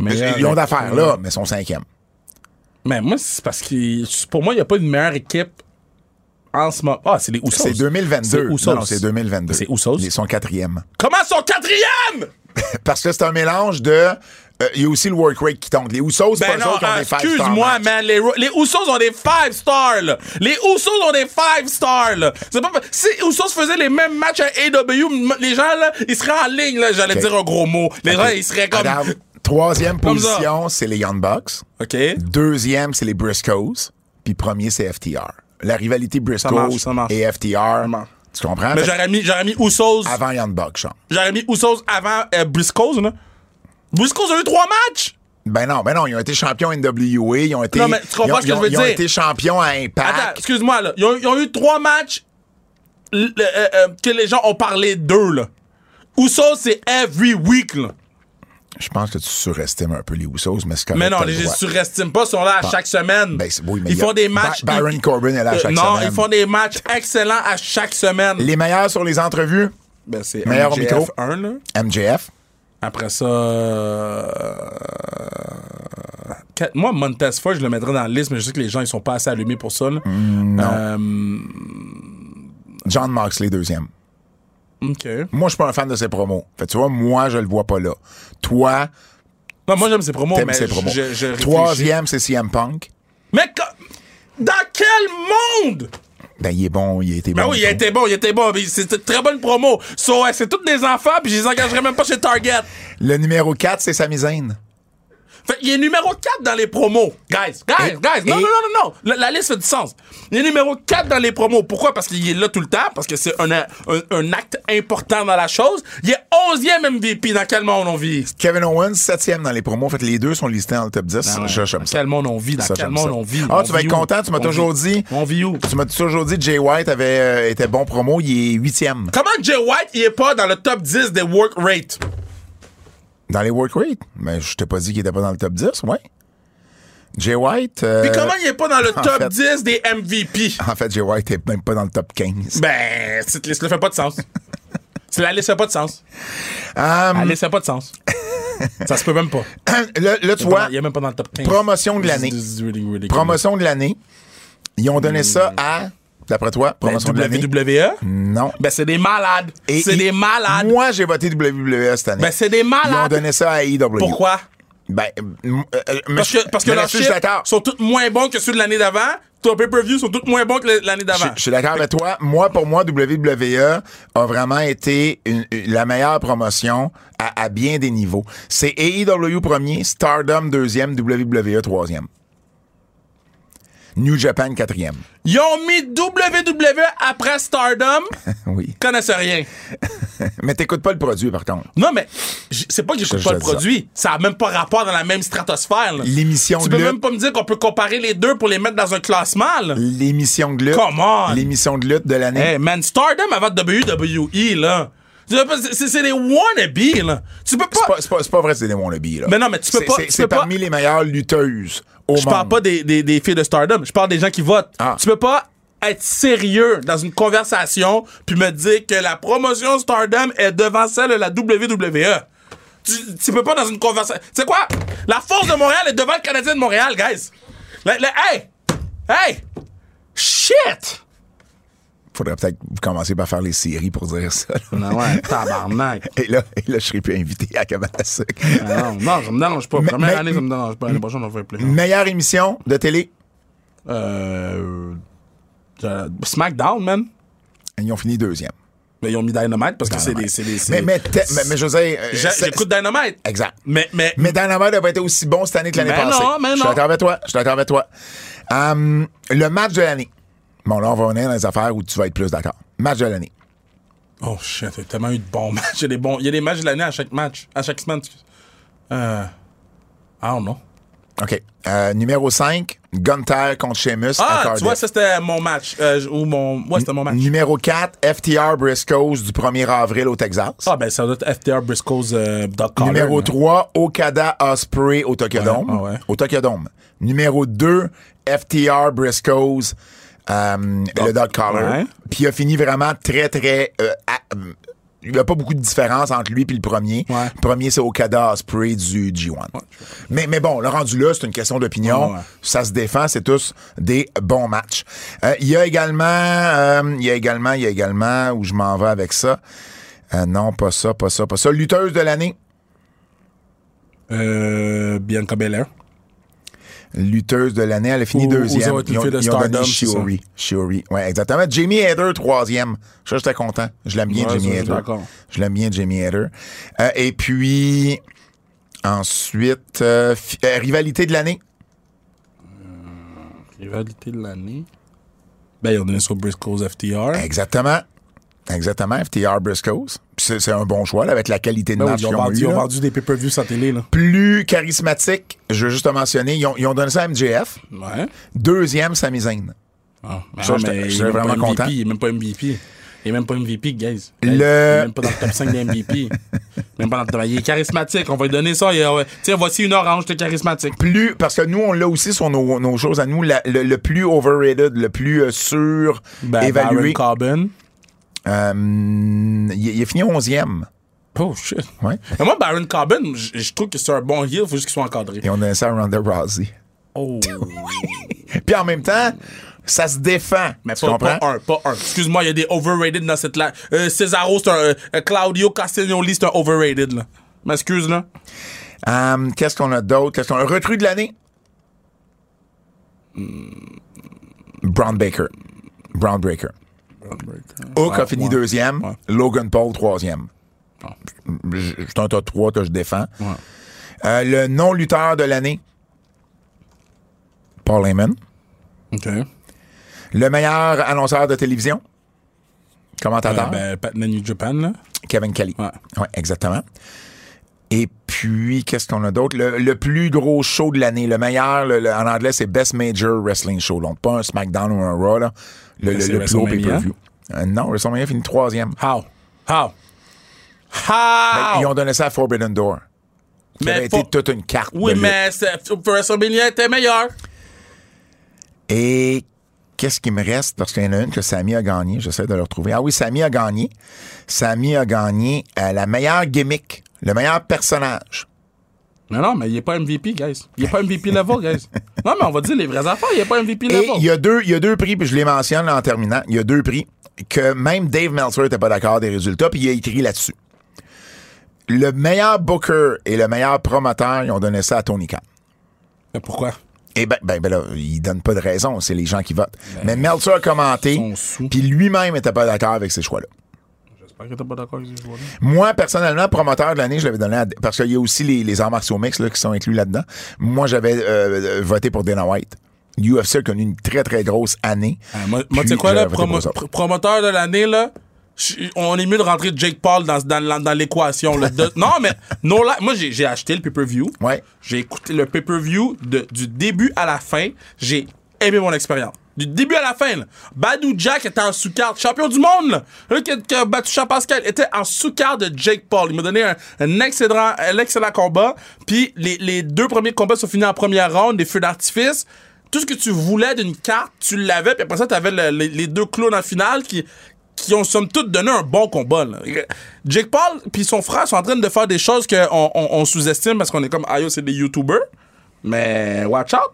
Speaker 2: Ils ont d'affaires là, mais sont cinquième.
Speaker 3: Mais moi, c'est parce que pour moi, il n'y a pas une meilleure équipe en ce moment. Ah, c'est les Usos.
Speaker 2: C'est 2022.
Speaker 3: C'est Usos.
Speaker 2: Non, non, c'est 2022.
Speaker 3: C'est Usos.
Speaker 2: Ils sont quatrième.
Speaker 3: Comment ils sont quatrième?
Speaker 2: Parce que c'est un mélange de. euh, Il y a aussi le work rate qui tombe. Les Usos, c'est
Speaker 3: Ben
Speaker 2: pas eux
Speaker 3: non,
Speaker 2: autres qui ont des five-star
Speaker 3: excuse-moi,
Speaker 2: matchs.
Speaker 3: man. Les, Ro- les Usos ont des 5 stars, là. Les Usos ont des 5 stars, là. C'est pas... Si Usos faisait les mêmes matchs à AW, m- les gens, là, ils seraient en ligne, là. J'allais
Speaker 2: Ok.
Speaker 3: dire un gros mot. Les gens,
Speaker 2: Ok.
Speaker 3: ils seraient comme...
Speaker 2: Madame, troisième
Speaker 3: Comme ça.
Speaker 2: position, c'est les Young Bucks.
Speaker 3: OK.
Speaker 2: Deuxième, c'est les Briscoes. Puis premier, c'est FTR. La rivalité
Speaker 3: marche,
Speaker 2: Briscoes
Speaker 3: ça marche.
Speaker 2: et FTR.
Speaker 3: marche.
Speaker 2: Tu comprends?
Speaker 3: Mais
Speaker 2: Fait-
Speaker 3: j'aurais mis, j'aurais mis Usos...
Speaker 2: Avant Young Bucks, genre.
Speaker 3: J'aurais mis Usos avant euh, Briscoes, là. Briscoes a eu trois matchs!
Speaker 2: Ben non, ben non, ils ont été champions NWA, ils ont été.
Speaker 3: Non, mais tu comprends
Speaker 2: ils ont-
Speaker 3: ce que
Speaker 2: ils ont-
Speaker 3: je veux
Speaker 2: Ils ont
Speaker 3: dire?
Speaker 2: été champions à Impact.
Speaker 3: Attends, excuse-moi, là. Ils ont, ils ont eu trois matchs l- euh, euh, euh, que les gens ont parlé d'eux, là. Usos, c'est every week, là.
Speaker 2: Je pense que tu surestimes un peu les Usos, mais c'est correct.
Speaker 3: Mais non,
Speaker 2: t'as
Speaker 3: les
Speaker 2: le
Speaker 3: gens
Speaker 2: droit.
Speaker 3: surestiment pas, ils sont là à chaque semaine.
Speaker 2: Ben, c'est- oui, mais
Speaker 3: ils
Speaker 2: y a-
Speaker 3: font des
Speaker 2: Ba-
Speaker 3: matchs.
Speaker 2: Baron
Speaker 3: ils-
Speaker 2: Corbin est là à
Speaker 3: Euh,
Speaker 2: chaque
Speaker 3: Non,
Speaker 2: semaine.
Speaker 3: ils font des matchs excellents à chaque semaine.
Speaker 2: Les meilleurs sur les entrevues,
Speaker 3: Ben, c'est
Speaker 2: Meilleur au
Speaker 3: MJF
Speaker 2: micro.
Speaker 3: un, là.
Speaker 2: MJF.
Speaker 3: Après ça. euh, quatre- Moi, Montez Ford, je le mettrais dans la liste, mais je sais que les gens, ils sont pas assez allumés pour ça. là.
Speaker 2: Mm. John Moxley, deuxième.
Speaker 3: OK.
Speaker 2: Moi, je suis pas un fan de ses promos. Fait, que tu vois, moi, je le vois pas là. Toi,
Speaker 3: Non, moi, j'aime ses promos,
Speaker 2: t'aimes
Speaker 3: mais
Speaker 2: ses promos.
Speaker 3: je, je réfléchis.
Speaker 2: Troisième, c'est CM Punk.
Speaker 3: Mais que- dans quel monde?
Speaker 2: Ben, il est bon, il a été
Speaker 3: Ben
Speaker 2: bon.
Speaker 3: oui, il était bon, il était bon. mais C'était une très bonne promo. So, ouais, c'est tous des enfants, puis je les engagerais même pas chez Target.
Speaker 2: Le numéro 4, c'est Sami Zayn.
Speaker 3: Fait qu'il est numéro 4 dans les promos. Guys, guys,
Speaker 2: Et-
Speaker 3: guys. Non,
Speaker 2: et-
Speaker 3: non, non, non, non. La, la liste fait du sens. Il est numéro 4 dans les promos. Pourquoi? Parce qu'il est là tout le temps, parce que c'est un, un, un acte important dans la chose. Il est 11e MVP. Dans quel monde on vit?
Speaker 2: Kevin Owens, septième dans les promos. En fait, les deux sont listés dans le top 10.
Speaker 3: Ben Ouais.
Speaker 2: Je
Speaker 3: Dans
Speaker 2: j'aime ça.
Speaker 3: quel monde on vit? Dans
Speaker 2: Ça,
Speaker 3: quel
Speaker 2: j'aime
Speaker 3: monde
Speaker 2: ça.
Speaker 3: on vit?
Speaker 2: Ah,
Speaker 3: On
Speaker 2: tu vas
Speaker 3: vit
Speaker 2: être
Speaker 3: où?
Speaker 2: content, tu m'as
Speaker 3: On
Speaker 2: toujours
Speaker 3: vit-
Speaker 2: dit-
Speaker 3: On vit où?
Speaker 2: Tu m'as toujours dit que Jay White avait euh, était bon promo, il est huitième.
Speaker 3: Comment Jay White, il est pas dans le top 10 des work rate?
Speaker 2: Dans les World Creek? Mais je t'ai pas dit qu'il était pas dans le top 10, ouais. Jay White. euh,
Speaker 3: Puis comment il est pas dans le top
Speaker 2: fait-
Speaker 3: 10 des MVP?
Speaker 2: En fait, Jay White est même pas dans le top 15.
Speaker 3: Ben, cette liste-là fait pas de sens. C'est la liste, ça a pas de sens.
Speaker 2: Hum,
Speaker 3: La liste, ça a pas de sens. ça se peut même pas.
Speaker 2: là, là, tu vois,
Speaker 3: Il est même pas dans le top 15.
Speaker 2: promotion de l'année.
Speaker 3: This is really, really
Speaker 2: Promotion de l'année. Ils ont donné ça à, d'après toi,
Speaker 3: good. Ben,
Speaker 2: promotion de l'année.
Speaker 3: WWE?
Speaker 2: Non.
Speaker 3: Ben, c'est des malades.
Speaker 2: Et
Speaker 3: C'est
Speaker 2: ils-
Speaker 3: des malades.
Speaker 2: Moi, j'ai voté WWE cette année.
Speaker 3: Ben, c'est des
Speaker 2: Ils ont
Speaker 3: malades.
Speaker 2: donné ça à AEW.
Speaker 3: Pourquoi?
Speaker 2: Ben, m- euh, euh,
Speaker 3: Parce que, parce que
Speaker 2: mais
Speaker 3: leurs
Speaker 2: là-dessus, je suis
Speaker 3: chiffres
Speaker 2: d'accord.
Speaker 3: sont tous moins bons que ceux de l'année d'avant. Ton pay-per-view sont tous moins bons que le- l'année
Speaker 2: Je,
Speaker 3: d'avant.
Speaker 2: je suis d'accord avec toi. Moi, pour moi, WWE a vraiment été une- une- la meilleure promotion à, à bien des niveaux. C'est AEW premier, Stardom deuxième, WWE troisième. New Japan quatrième.
Speaker 3: Ils ont mis WWE après Stardom.
Speaker 2: Oui.
Speaker 3: Ils connaissent rien.
Speaker 2: Mais t'écoutes pas le produit, par contre.
Speaker 3: Non, mais j- c'est pas que j'écoute
Speaker 2: Je te
Speaker 3: pas le
Speaker 2: dis ça.
Speaker 3: produit. Ça a même pas rapport dans la même stratosphère. là.
Speaker 2: L'émission
Speaker 3: Tu
Speaker 2: de
Speaker 3: peux
Speaker 2: lutte.
Speaker 3: même pas me dire qu'on peut comparer les deux pour les mettre dans un classement. Là.
Speaker 2: L'émission de lutte.
Speaker 3: Come on! Eh,
Speaker 2: L'émission de lutte de l'année.
Speaker 3: Hey, man, Stardom avant WWE, là. C'est- C'est c'est des wannabes, là. Tu peux
Speaker 2: C'est
Speaker 3: pas...
Speaker 2: pas, c'est pas- c'est pas vrai, c'est des wannabes, là.
Speaker 3: Mais non, mais tu peux
Speaker 2: C'est-
Speaker 3: pas-
Speaker 2: c'est-
Speaker 3: tu
Speaker 2: C'est
Speaker 3: peux pas-
Speaker 2: parmi les meilleures lutteuses au
Speaker 3: Je parle
Speaker 2: monde.
Speaker 3: pas des, des, des filles de Stardom. Je parle des gens qui votent.
Speaker 2: Ah.
Speaker 3: Tu peux pas être sérieux dans une conversation puis me dire que la promotion Stardom est devant celle de la WWE. Tu, tu peux pas dans une conversation. Tu sais quoi? La force de Montréal est devant le Canadien de Montréal, guys. Le- le- hey! Hey! Shit!
Speaker 2: Faudrait peut-être commencer par faire les séries pour dire ça. là.
Speaker 3: Non, ouais, tabarnak.
Speaker 2: Et là, et là, je serais plus invité à Kabanasek.
Speaker 3: Ah Non, non, ça me dérange pas.
Speaker 2: Première mais- année, ça
Speaker 3: me dérange pas. L'année prochaine, on va faire plus.
Speaker 2: Meilleure émission de télé.
Speaker 3: Euh, euh, SmackDown, man.
Speaker 2: Ils ont fini deuxième. Ah,
Speaker 3: Mais ils ont mis Dynamite parce que c'est des. c'est des- c'est-
Speaker 2: Mais, mais, te- mais, mais José. euh,
Speaker 3: J'a-
Speaker 2: c'est-
Speaker 3: J'écoute Dynamite.
Speaker 2: Exact.
Speaker 3: Mais, mais,
Speaker 2: Mais Dynamite n'a pas été aussi bon cette année que l'année
Speaker 3: Mais
Speaker 2: passée.
Speaker 3: Ben non, mais
Speaker 2: Je suis
Speaker 3: non.
Speaker 2: d'accord avec toi. Je suis d'accord avec toi. Hum, le match de l'année. Bon, là, on va revenir dans les affaires où tu vas être plus d'accord. Match de l'année.
Speaker 3: Oh shit, il y a tellement eu de bons matchs. Il y a des, bons... il y a des matchs de l'année à chaque match. À chaque semaine. excuse. Euh. Ah non.
Speaker 2: OK. Euh, numéro 5, Gunther contre Sheamus. à
Speaker 3: Ah,
Speaker 2: Cardiff.
Speaker 3: tu vois, ça c'était mon match. Euh, j- ou mon. Ouais, c'était mon match.
Speaker 2: Numéro 4, FTR Briscoes du 1er avril au Texas.
Speaker 3: Ah, ben ça doit être FTR Briscoe's euh, Doc Collar,
Speaker 2: Numéro
Speaker 3: là.
Speaker 2: 3, Okada Osprey au Tokyo
Speaker 3: Ouais,
Speaker 2: Dome.
Speaker 3: ah ouais.
Speaker 2: Au Tokyo Dome. Numéro 2, FTR Briscoes, euh, le Dog Collar.
Speaker 3: ouais.
Speaker 2: Puis il a fini vraiment très, très... euh, à- euh, il n'y a pas beaucoup de différence entre lui et le premier.
Speaker 3: Ouais.
Speaker 2: Le premier, c'est Okada Osprey du G1. mais, mais bon, le rendu là, c'est une question d'opinion.
Speaker 3: Ah Ouais, ouais.
Speaker 2: Ça se défend, c'est tous des bons matchs. Euh, Il y a également... euh, Il y a également... Il y a également... Où je m'en vais avec ça. Euh, non, pas ça, pas ça, pas ça. Lutteuse de l'année.
Speaker 3: Euh. Bianca Belair.
Speaker 2: lutteuse de l'année. Elle a fini
Speaker 3: Ou- ou ça
Speaker 2: deuxième.
Speaker 3: va être une
Speaker 2: Ils ont,
Speaker 3: fille de
Speaker 2: ils ont donné
Speaker 3: Stardom, c'est ça.
Speaker 2: Shiori. Shiori. Ouais, exactement. Jamie Hader, troisième. Ça, j'étais content. Je l'aime bien,
Speaker 3: Ouais, ça,
Speaker 2: Jamie
Speaker 3: je suis
Speaker 2: Hader.
Speaker 3: d'accord.
Speaker 2: Je l'aime bien, Jamie Hader. Euh, et puis, ensuite, euh, fi- euh, rivalité de l'année.
Speaker 3: Rivalité de l'année. Ben, ils ont donné ça aux Briscoe's FTR.
Speaker 2: Exactement. Exactement. FTR Briscoes. Puis C'est c'est un bon choix, là, avec la qualité de
Speaker 3: Ben oui,
Speaker 2: match
Speaker 3: ils ont
Speaker 2: qu'ils ont
Speaker 3: vendu, ils
Speaker 2: eu.
Speaker 3: ont
Speaker 2: là.
Speaker 3: vendu des pay-per-views sans télé, là.
Speaker 2: Plus charismatique, je veux juste te mentionner, ils ont, ils ont donné ça à MJF.
Speaker 3: Ouais.
Speaker 2: Deuxième, Sami Zayn.
Speaker 3: Ah, mais
Speaker 2: Ça,
Speaker 3: non,
Speaker 2: j'étais-
Speaker 3: mais il est
Speaker 2: j'étais
Speaker 3: même pas
Speaker 2: vraiment
Speaker 3: MVP,
Speaker 2: content.
Speaker 3: Il est même pas MVP. Il est même pas MVP, guys.
Speaker 2: Le-
Speaker 3: Il est même pas dans le top 5 des MVP. même pas dans le top- Il est charismatique. On va lui donner ça. Il est- ouais. Tiens, voici une orange de charismatique.
Speaker 2: plus parce que nous on l'a aussi sur nos, nos choses à nous la- le, le plus overrated le plus euh, sur
Speaker 3: Ben,
Speaker 2: évalué
Speaker 3: Baron Corbin.
Speaker 2: Euh, il, il est fini 11e
Speaker 3: Oh, shit.
Speaker 2: ouais
Speaker 3: Mais moi, Baron Corbin, j- je trouve que c'est un bon heel. Il faut juste qu'il soit encadré.
Speaker 2: et on a ça à Ronda Rousey
Speaker 3: Oh.
Speaker 2: puis en même temps ça se défend
Speaker 3: Mais
Speaker 2: tu
Speaker 3: pas,
Speaker 2: comprends
Speaker 3: pas un, pas un. Excuse-moi, il y a des overrated dans cette là. Euh, Cesaro, c'est un. euh, euh, Claudio Castagnoli, c'est un overrated, là. M'excuse, là.
Speaker 2: Euh, qu'est-ce qu'on a d'autre qu'est-ce qu'on a recrue de l'année Brown Baker Brown Breaker Hook a fini
Speaker 3: Ouais.
Speaker 2: deuxième
Speaker 3: Ouais.
Speaker 2: Logan Paul troisième
Speaker 3: Ouais.
Speaker 2: Je- c'est un top 3 que je défends Euh, le non-lutteur de l'année, Paul Heyman.
Speaker 3: OK.
Speaker 2: Le meilleur annonceur de télévision,
Speaker 3: Euh,
Speaker 2: commentateur,
Speaker 3: ben, Pat New Japan, là.
Speaker 2: Kevin Kelly.
Speaker 3: Ouais.
Speaker 2: Ouais, exactement. Et puis, qu'est-ce qu'on a d'autre? Le, le plus gros show de l'année, le meilleur, le- le- en anglais, c'est Best Major Wrestling Show. Donc, pas un SmackDown ou un Raw, là. Le, le-
Speaker 3: c'est
Speaker 2: le plus haut
Speaker 3: WrestleMania.
Speaker 2: pay-per-view. Euh, non, WrestleMania finit troisième.
Speaker 3: How? How?
Speaker 2: Ils
Speaker 3: How?
Speaker 2: Ben, ont donné ça à Forbidden Door. qui avait
Speaker 3: faut-
Speaker 2: été toute une carte.
Speaker 3: Oui,
Speaker 2: de lutte.
Speaker 3: mais c'est- WrestleMania était meilleur.
Speaker 2: Et qu'est-ce qui me reste? Parce qu'il y en a une que Samy a gagnée. J'essaie de le retrouver. Ah oui, Samy a gagné. Samy a gagné euh, la meilleure gimmick, le meilleur personnage.
Speaker 3: Non, non, mais il est pas MVP, guys. Il est pas MVP level, guys. Non, mais on va dire les vraies affaires, il est pas MVP
Speaker 2: Et il
Speaker 3: level.
Speaker 2: y, a deux, il y a deux prix, puis je les mentionne là, en terminant. Il y a deux prix que même Dave Meltzer n'était pas d'accord des résultats, puis il a écrit là-dessus. Le meilleur booker et le meilleur promoteur, ils ont donné ça à Tony Khan.
Speaker 3: Mais pourquoi?
Speaker 2: Eh ben, ben, ben là, il donne pas de raison, c'est les gens qui votent. Mais Meltzer a commenté,
Speaker 3: Ben, sont sous.
Speaker 2: puis lui-même était pas d'accord avec ces choix-là.
Speaker 3: J'espère que t'es pas d'accord avec ce joueur-là.
Speaker 2: Moi, personnellement, promoteur de l'année, je l'avais donné à, parce qu'il y a aussi les, les arts martiaux mix là, qui sont inclus là-dedans. Moi, j'avais euh, voté pour Dana White. UFC a connu une très, très grosse année.
Speaker 3: Ah, moi, moi,
Speaker 2: Puis,
Speaker 3: tu sais quoi, là,
Speaker 2: j'avais voté pour
Speaker 3: promo-
Speaker 2: eux autres.
Speaker 3: pr- promoteur de l'année, là, je- on est mieux de rentrer Jake Paul dans, dans, dans- dans l'équation. là. De- non, mais no lie, moi, j'ai j'ai acheté le pay-per-view.
Speaker 2: Ouais.
Speaker 3: J'ai écouté le pay-per-view de- du début à la fin. J'ai aimé mon expérience. Du début à la fin, là. Badou Jack était en sous-carte, champion du monde, là. Lui qui qui a battu Jean Pascal était en sous-carte de Jake Paul. Il m'a donné un, un excellent, un excellent combat. Puis les, les deux premiers combats sont finis en première ronde, des feux d'artifice tout ce que tu voulais d'une carte, tu l'avais, puis après ça, t'avais le- les, les deux clowns en finale qui, qui ont somme toute donné un bon combat. là. Jake Paul puis son frère sont en train de faire des choses qu'on on, on sous-estime parce qu'on est comme, ah yo, c'est des YouTubers. Mais watch out!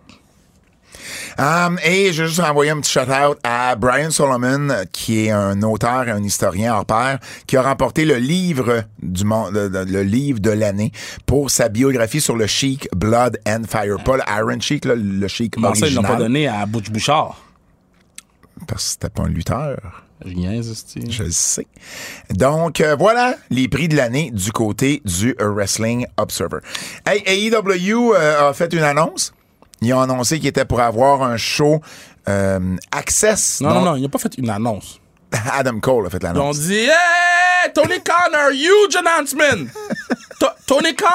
Speaker 2: Um, et je vais juste envoyer un petit shout-out à Brian Solomon, euh, qui est un auteur et un historien hors pair, qui a remporté le livre du monde, le, le- le livre de l'année pour sa biographie sur le chic Blood and Fire. Pas le Iron Chic, là, le chic
Speaker 3: Ah. Bon, ça, ils l'ont
Speaker 2: original.
Speaker 3: pas donné à Butch Bouchard.
Speaker 2: Parce que c'était pas un lutteur.
Speaker 3: Je niaise, esti.
Speaker 2: Je le sais. Donc, euh, voilà les prix de l'année du côté du Wrestling Observer. Hey, AEW euh, a fait une annonce. Ils ont annoncé qu'ils étaient pour avoir un show euh, Access.
Speaker 3: Non,
Speaker 2: Donc,
Speaker 3: non, non, il a pas fait une annonce.
Speaker 2: Adam Cole a fait
Speaker 3: Ils ont
Speaker 2: l'annonce.
Speaker 3: dit, hey, Tony Khan, a huge announcement! To- Tony Khan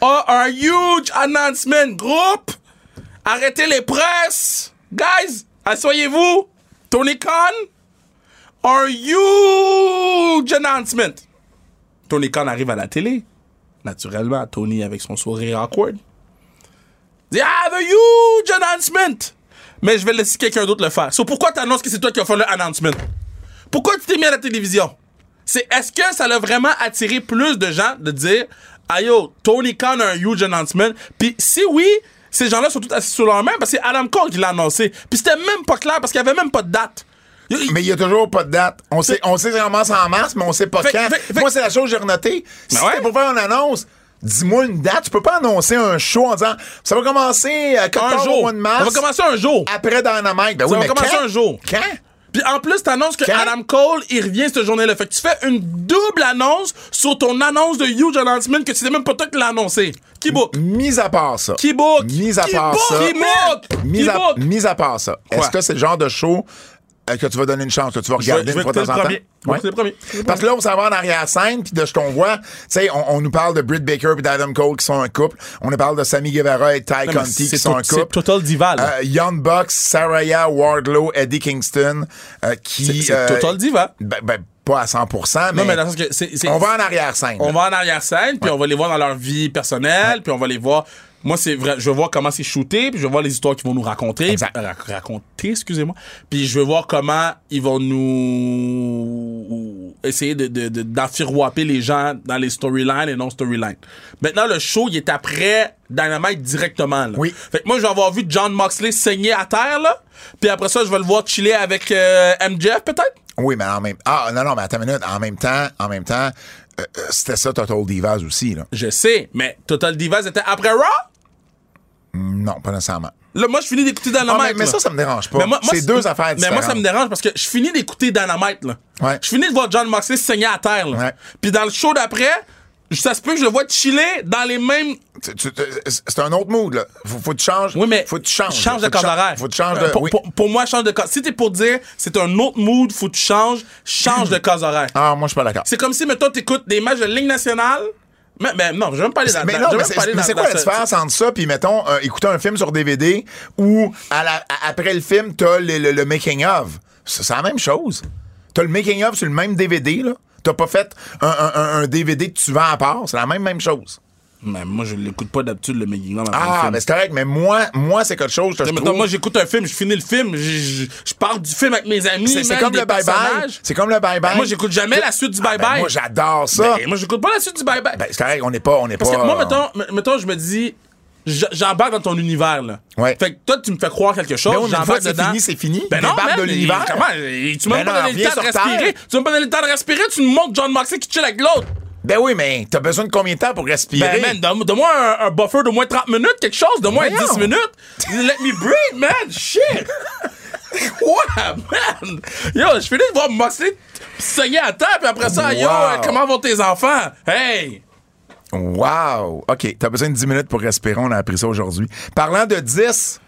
Speaker 3: a un huge announcement. Groupe, arrêtez les presses. Guys, asseyez-vous. Tony Khan a un huge announcement. Tony Khan arrive à la télé. Naturellement, Tony avec son sourire awkward. They have a huge announcement. Mais je vais laisser quelqu'un d'autre le faire. So pourquoi t'annonces que c'est toi qui as fait le announcement? Pourquoi tu t'es mis à la télévision? C'est est-ce que ça l'a vraiment attiré plus de gens de dire Ayo, Tony Khan a un huge announcement? Puis si oui, ces gens-là sont tous assis sur leur main parce que c'est Adam Cole qui l'a annoncé. Puis c'était même pas clair parce qu'il y avait même pas de date. Il- il-
Speaker 2: Mais il n'y a toujours pas de date. On sait, on sait que ça commence en mars, mais on sait pas
Speaker 3: Fait-
Speaker 2: quand.
Speaker 3: fait- fait-
Speaker 2: Moi, c'est la chose que j'ai renotée. Si
Speaker 3: Ben ouais.
Speaker 2: t'es pour faire une annonce, dis-moi une date. Tu peux pas annoncer un show en disant ça va commencer à
Speaker 3: un
Speaker 2: au
Speaker 3: jour.
Speaker 2: mois de mars.
Speaker 3: Ça va commencer un jour.
Speaker 2: après Dynamite. Ben
Speaker 3: Ça
Speaker 2: oui,
Speaker 3: va
Speaker 2: mais
Speaker 3: commencer
Speaker 2: quand?
Speaker 3: un jour.
Speaker 2: Quand?
Speaker 3: Puis en plus, t'annonces que
Speaker 2: Quand?
Speaker 3: Adam Cole, il revient cette journée-là. Fait que tu fais une double annonce sur ton annonce de huge announcement que c'était même pas toi qui l'as annoncé. Qui book?
Speaker 2: Mis à part ça.
Speaker 3: Qui book?
Speaker 2: Mis à
Speaker 3: Qui
Speaker 2: part
Speaker 3: book?
Speaker 2: ça.
Speaker 3: Qui book?
Speaker 2: Mis
Speaker 3: Qui
Speaker 2: à,
Speaker 3: book?
Speaker 2: mis à part ça. Est-ce
Speaker 3: Quoi?
Speaker 2: que c'est le genre de show euh, que tu vas donner une chance, que tu vas
Speaker 3: Je vais-
Speaker 2: regarder
Speaker 3: je
Speaker 2: une
Speaker 3: vais
Speaker 2: fois de temps
Speaker 3: écouter
Speaker 2: en
Speaker 3: le
Speaker 2: temps?
Speaker 3: premier. Je vais écouter le premier.
Speaker 2: Parce que là, on s'en va en arrière-scène, puis de ce qu'on voit, tu sais, on, on nous parle de Britt Baker et d'Adam Cole qui sont un couple. On nous parle de Sammy Guevara et Ty
Speaker 3: Non, mais
Speaker 2: Conti qui
Speaker 3: c'est
Speaker 2: sont
Speaker 3: tout-
Speaker 2: un
Speaker 3: c'est
Speaker 2: couple.
Speaker 3: Total Diva, là.
Speaker 2: Euh, Young Bucks, Saraya, Wardlow, Eddie Kingston, euh, qui...
Speaker 3: C'est- c'est
Speaker 2: euh,
Speaker 3: Total Diva.
Speaker 2: Ben, ben, pas à 100%, mais,
Speaker 3: Non, mais dans le sens que c'est- c'est-
Speaker 2: on va en arrière-scène.
Speaker 3: On va en arrière-scène, puis on va les voir dans leur vie personnelle, puis on va les voir. Moi, c'est vrai, je veux voir comment c'est shooté, puis je veux voir les histoires qu'ils vont nous raconter.
Speaker 2: Exact.
Speaker 3: Ra- raconter, excusez-moi. Puis je veux voir comment ils vont nous essayer de, de, de- d'enfiroiper les gens dans les storylines et non storylines. Maintenant, le show, il est après Dynamite directement. là.
Speaker 2: Oui.
Speaker 3: Fait que moi, je vais avoir vu John Moxley saigner à terre, là. Puis après ça, je vais le voir chiller avec euh, MJF, peut-être.
Speaker 2: Oui, mais en même Ah, non, non, mais attends une minute. En même temps, en même temps, euh, euh, c'était ça Total Divas aussi, là.
Speaker 3: Je sais, mais Total Divas était après Raw?
Speaker 2: Non, pas nécessairement.
Speaker 3: Là, moi, je finis d'écouter Dynamite.
Speaker 2: Ah, mais, mais
Speaker 3: là.
Speaker 2: ça, ça me dérange pas.
Speaker 3: Mais moi- moi,
Speaker 2: c'est deux affaires
Speaker 3: Mais
Speaker 2: différentes.
Speaker 3: moi, ça me dérange parce que je finis d'écouter Dynamite, là.
Speaker 2: Ouais.
Speaker 3: Je finis de voir John Moxley saigner à terre, là.
Speaker 2: Ouais.
Speaker 3: Puis dans le show d'après, je- ça se peut que je le vois chiller dans les mêmes.
Speaker 2: Tu- tu- tu- C'est un autre mood, là. Faut, faut que tu changes.
Speaker 3: Oui, mais.
Speaker 2: Faut que tu changes.
Speaker 3: Change
Speaker 2: Faut que
Speaker 3: de
Speaker 2: tu
Speaker 3: corps
Speaker 2: changes-
Speaker 3: horaire. Euh,
Speaker 2: Faut que tu changes de.
Speaker 3: Pour,
Speaker 2: oui.
Speaker 3: pour- pour moi, change de corps. Si t'es pour dire c'est un autre mood, faut que tu changes, change de corps horaire.
Speaker 2: Ah, moi, je suis pas d'accord.
Speaker 3: C'est comme si, mettons, t'écoutes des matchs de Ligue nationale. Mais, mais non, je vais même pas aller dans
Speaker 2: Mais
Speaker 3: dans-
Speaker 2: non,
Speaker 3: je vais
Speaker 2: mais
Speaker 3: même pas
Speaker 2: c'est
Speaker 3: aller
Speaker 2: mais
Speaker 3: dans-
Speaker 2: c'est
Speaker 3: dans
Speaker 2: quoi la
Speaker 3: ce-
Speaker 2: différence entre ça, puis mettons, euh, écouter un film sur DVD ou à la- à- après le film, t'as le, le, le making-of? C'est c'est la même chose. T'as le making-of sur le même DVD, là. T'as pas fait un, un- un- un DVD que tu vends à part. C'est la même, même chose.
Speaker 3: Mais moi, je l'écoute pas d'habitude, le making of.
Speaker 2: Ah, mais c'est correct, mais moi, moi c'est quelque chose. que je
Speaker 3: Mettons,
Speaker 2: trouve-
Speaker 3: moi, j'écoute un film, je finis le film, je, je- je parle du film avec mes amis.
Speaker 2: c'est c'est
Speaker 3: man,
Speaker 2: comme
Speaker 3: des
Speaker 2: le bye-bye.
Speaker 3: personnages. Ben,
Speaker 2: C'est comme le bye-bye.
Speaker 3: Moi, j'écoute jamais la suite du
Speaker 2: Ah, ben,
Speaker 3: bye-bye.
Speaker 2: Moi, j'adore ça.
Speaker 3: Ben, moi, j'écoute pas la suite du bye-bye.
Speaker 2: Ben, c'est correct, on n'est pas. On n'est
Speaker 3: Parce
Speaker 2: pas
Speaker 3: que moi, mettons, m- mettons, je me dis, j- j'embarque dans ton univers, là.
Speaker 2: Ouais. Ben
Speaker 3: Fait que toi, tu me fais croire quelque chose,
Speaker 2: Mais on- une fois
Speaker 3: j'embarque
Speaker 2: que c'est
Speaker 3: dedans.
Speaker 2: fini, c'est fini.
Speaker 3: Ben non,
Speaker 2: Débarque
Speaker 3: man,
Speaker 2: de
Speaker 3: mais
Speaker 2: l'univers.
Speaker 3: Comment? Et Tu m'as
Speaker 2: Ben
Speaker 3: même
Speaker 2: non,
Speaker 3: pas donné le
Speaker 2: reviens
Speaker 3: temps de
Speaker 2: sur Terre.
Speaker 3: respirer. Tu m'as pas donné le temps de respirer, tu me montres John Moxley qui chill avec l'autre.
Speaker 2: Ben oui, mais t'as besoin de combien de temps pour respirer?
Speaker 3: Ben, man, donne- donne-moi un, un buffer de moins 30 minutes, quelque chose, de moins
Speaker 2: Voyons.
Speaker 3: 10 minutes. Let me breathe, man. Shit. What, man? Yo, je finis de voir Moxley saigner à terre, puis après ça, yo,
Speaker 2: Wow.
Speaker 3: euh, comment vont tes enfants? Hey!
Speaker 2: Wow! OK, t'as besoin de 10 minutes pour respirer, on a appris ça aujourd'hui. Parlant de 10,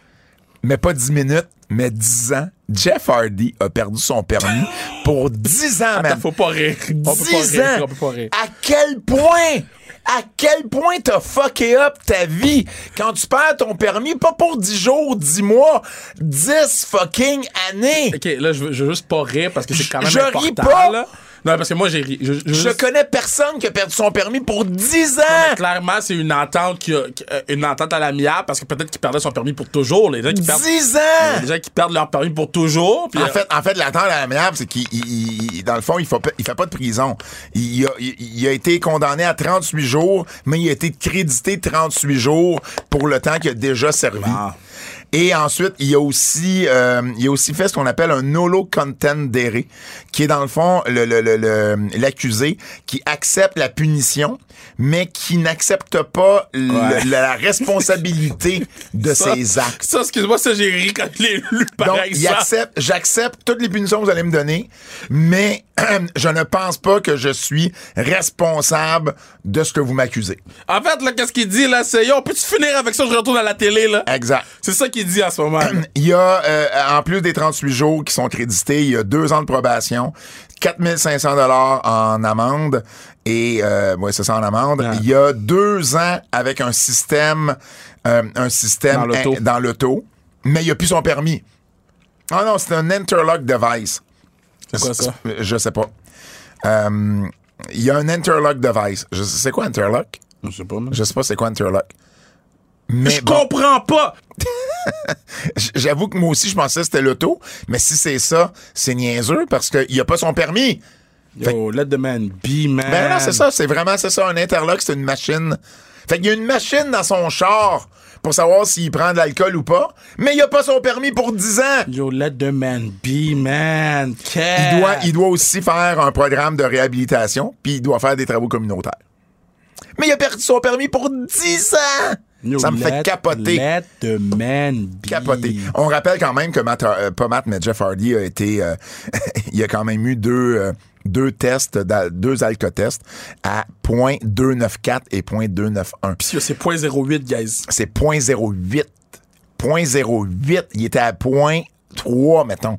Speaker 2: mais pas 10 minutes, mais 10 ans, Jeff Hardy a perdu son permis pour 10 ans, man.
Speaker 3: Faut pas rire. On peut pas
Speaker 2: 10
Speaker 3: rire,
Speaker 2: ans!
Speaker 3: on peut pas rire.
Speaker 2: À quel point? À quel point t'as fucké up ta vie quand tu perds ton permis, pas pour 10 jours, 10 mois, 10 fucking années!
Speaker 3: OK, là, je veux, je veux juste pas rire parce que c'est quand même
Speaker 2: Je ris
Speaker 3: important.
Speaker 2: pas.
Speaker 3: là. Non, parce que moi, j'ai ri. Je, je-
Speaker 2: Je
Speaker 3: juste-
Speaker 2: connais personne qui a perdu son permis pour 10 ans!
Speaker 3: Clairement, c'est une entente qui a- qui a- une entente à l'amiable parce que peut-être qu'il perdait son permis pour toujours. Les gens qui perdent,
Speaker 2: 10 ans!
Speaker 3: les gens qui perdent leur permis pour toujours. puis,
Speaker 2: En
Speaker 3: euh,
Speaker 2: fait, en fait, l'attente à l'amiable, c'est qu'il, il- il- dans le fond, il fait, pas- il fait pas de prison. Il a, il- il a été condamné à 38 jours, mais il a été crédité 38 jours pour le temps qu'il a déjà servi. Et ensuite, il a aussi, euh, il a aussi fait ce qu'on appelle un nolo contendere, qui est dans le fond le- le- le- le- l'accusé qui accepte la punition, mais qui n'accepte pas le-
Speaker 3: Ouais.
Speaker 2: la, la responsabilité de
Speaker 3: ça-
Speaker 2: ses actes.
Speaker 3: Ça, excuse-moi, ça, j'ai ri quand je l'ai lu, par
Speaker 2: Donc, il
Speaker 3: exemple.
Speaker 2: accepte, j'accepte toutes les punitions que vous allez me donner, mais je ne pense pas que je suis responsable de ce que vous m'accusez.
Speaker 3: En fait, là, qu'est-ce qu'il dit, là, c'est « Yo, peux-tu finir avec ça, je retourne à la télé, là?
Speaker 2: Exact. »
Speaker 3: C'est ça qu'il dit en ce moment. là.
Speaker 2: Il y a, euh, en plus des 38 jours qui sont crédités, il y a deux ans de probation, 4500 dollars en amende, et euh, ouais, c'est ça en amende. Il y a deux ans avec un système, euh, un système
Speaker 3: Dans l'auto.
Speaker 2: in- dans l'auto, mais il a plus son permis. Ah non, c'est un interlock device.
Speaker 3: C'est quoi ça?
Speaker 2: C'est- Je sais pas. Euh, Il y a un interlock device. Je sais, c'est quoi interlock?
Speaker 3: Je sais pas, man.
Speaker 2: Je sais pas c'est quoi interlock. Mais
Speaker 3: Je
Speaker 2: bon,
Speaker 3: comprends pas!
Speaker 2: j- j'avoue que moi aussi, je pensais que c'était l'auto. Mais si c'est ça, c'est niaiseux parce qu'il a pas son permis.
Speaker 3: Yo, let the man be, man.
Speaker 2: Ben non, c'est ça. C'est vraiment c'est ça. Un interlock, c'est une machine. Fait qu'il y a une machine dans son char pour savoir s'il prend de l'alcool ou pas. Mais il a pas son permis pour 10 ans.
Speaker 3: Yo, let the man be, man. Care.
Speaker 2: Il doit, il doit aussi faire un programme de réhabilitation, puis il doit faire des travaux communautaires. Mais il a perdu son permis pour 10 ans!
Speaker 3: Yo,
Speaker 2: Ça me fait
Speaker 3: let-
Speaker 2: capoter.
Speaker 3: Let the man be.
Speaker 2: Capoter. On rappelle quand même que Matt, Har- euh, pas Matt, mais Jeff Hardy a été, euh, il a quand même eu deux, euh, deux tests, d'al- deux alcotests à .294 et .291.
Speaker 3: Puis yo, c'est 0.08, guys.
Speaker 2: C'est .08. .08, il était à .3, mettons.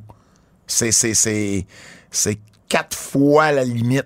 Speaker 2: C'est, c'est, c'est, c'est quatre fois la limite.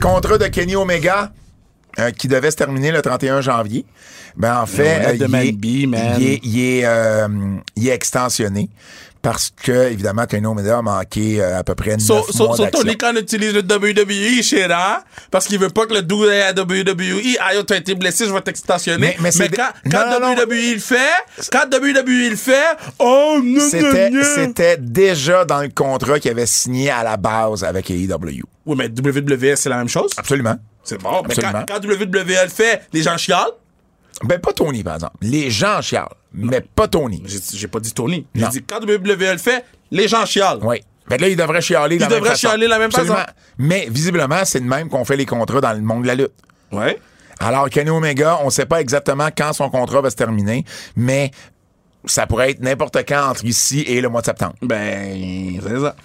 Speaker 2: Contrat de Kenny Omega euh, qui devait se terminer le 31 janvier. Ben en fait,
Speaker 3: let
Speaker 2: euh, il
Speaker 3: the man
Speaker 2: est-
Speaker 3: be,
Speaker 2: il
Speaker 3: man.
Speaker 2: est- il est euh, il est extensionné parce que évidemment Kenny Omega a manqué euh, à peu près 9
Speaker 3: So, so,
Speaker 2: mois
Speaker 3: so
Speaker 2: d'action.
Speaker 3: Tony Khan utilise le WWE, shit, hein? Parce qu'il veut pas que le dude aille à WWE. Ah, yo, t'as été blessé, je vais t'extensionner.
Speaker 2: Mais- mais c'est des-
Speaker 3: quand,
Speaker 2: Non,
Speaker 3: quand
Speaker 2: non, non.
Speaker 3: WWE le fait, quand WWE le fait, oh, non,
Speaker 2: C'était c'était déjà dans le contrat qu'il avait signé à la base avec AEW.
Speaker 3: Oui, mais WWE, c'est la même chose.
Speaker 2: Absolument.
Speaker 3: C'est bon. Mais
Speaker 2: Absolument.
Speaker 3: quand, quand WWE le fait, les gens chialent.
Speaker 2: Ben pas Tony par exemple. Les gens chialent, mais pas Tony.
Speaker 3: J'ai j'ai pas dit Tony.
Speaker 2: Non.
Speaker 3: J'ai dit quand WWE le fait, les gens chialent.
Speaker 2: Oui. Ben là, il devrait chialer de la
Speaker 3: Il
Speaker 2: même
Speaker 3: devrait
Speaker 2: façon.
Speaker 3: chialer de la même façon.
Speaker 2: Absolument. Mais visiblement, c'est de même qu'on fait les contrats dans le monde de la lutte.
Speaker 3: Ouais.
Speaker 2: Alors, Kenny Omega, on ne sait pas exactement quand son contrat va se terminer, mais ça pourrait être n'importe quand entre ici et le mois de septembre.
Speaker 3: Ben, c'est ça.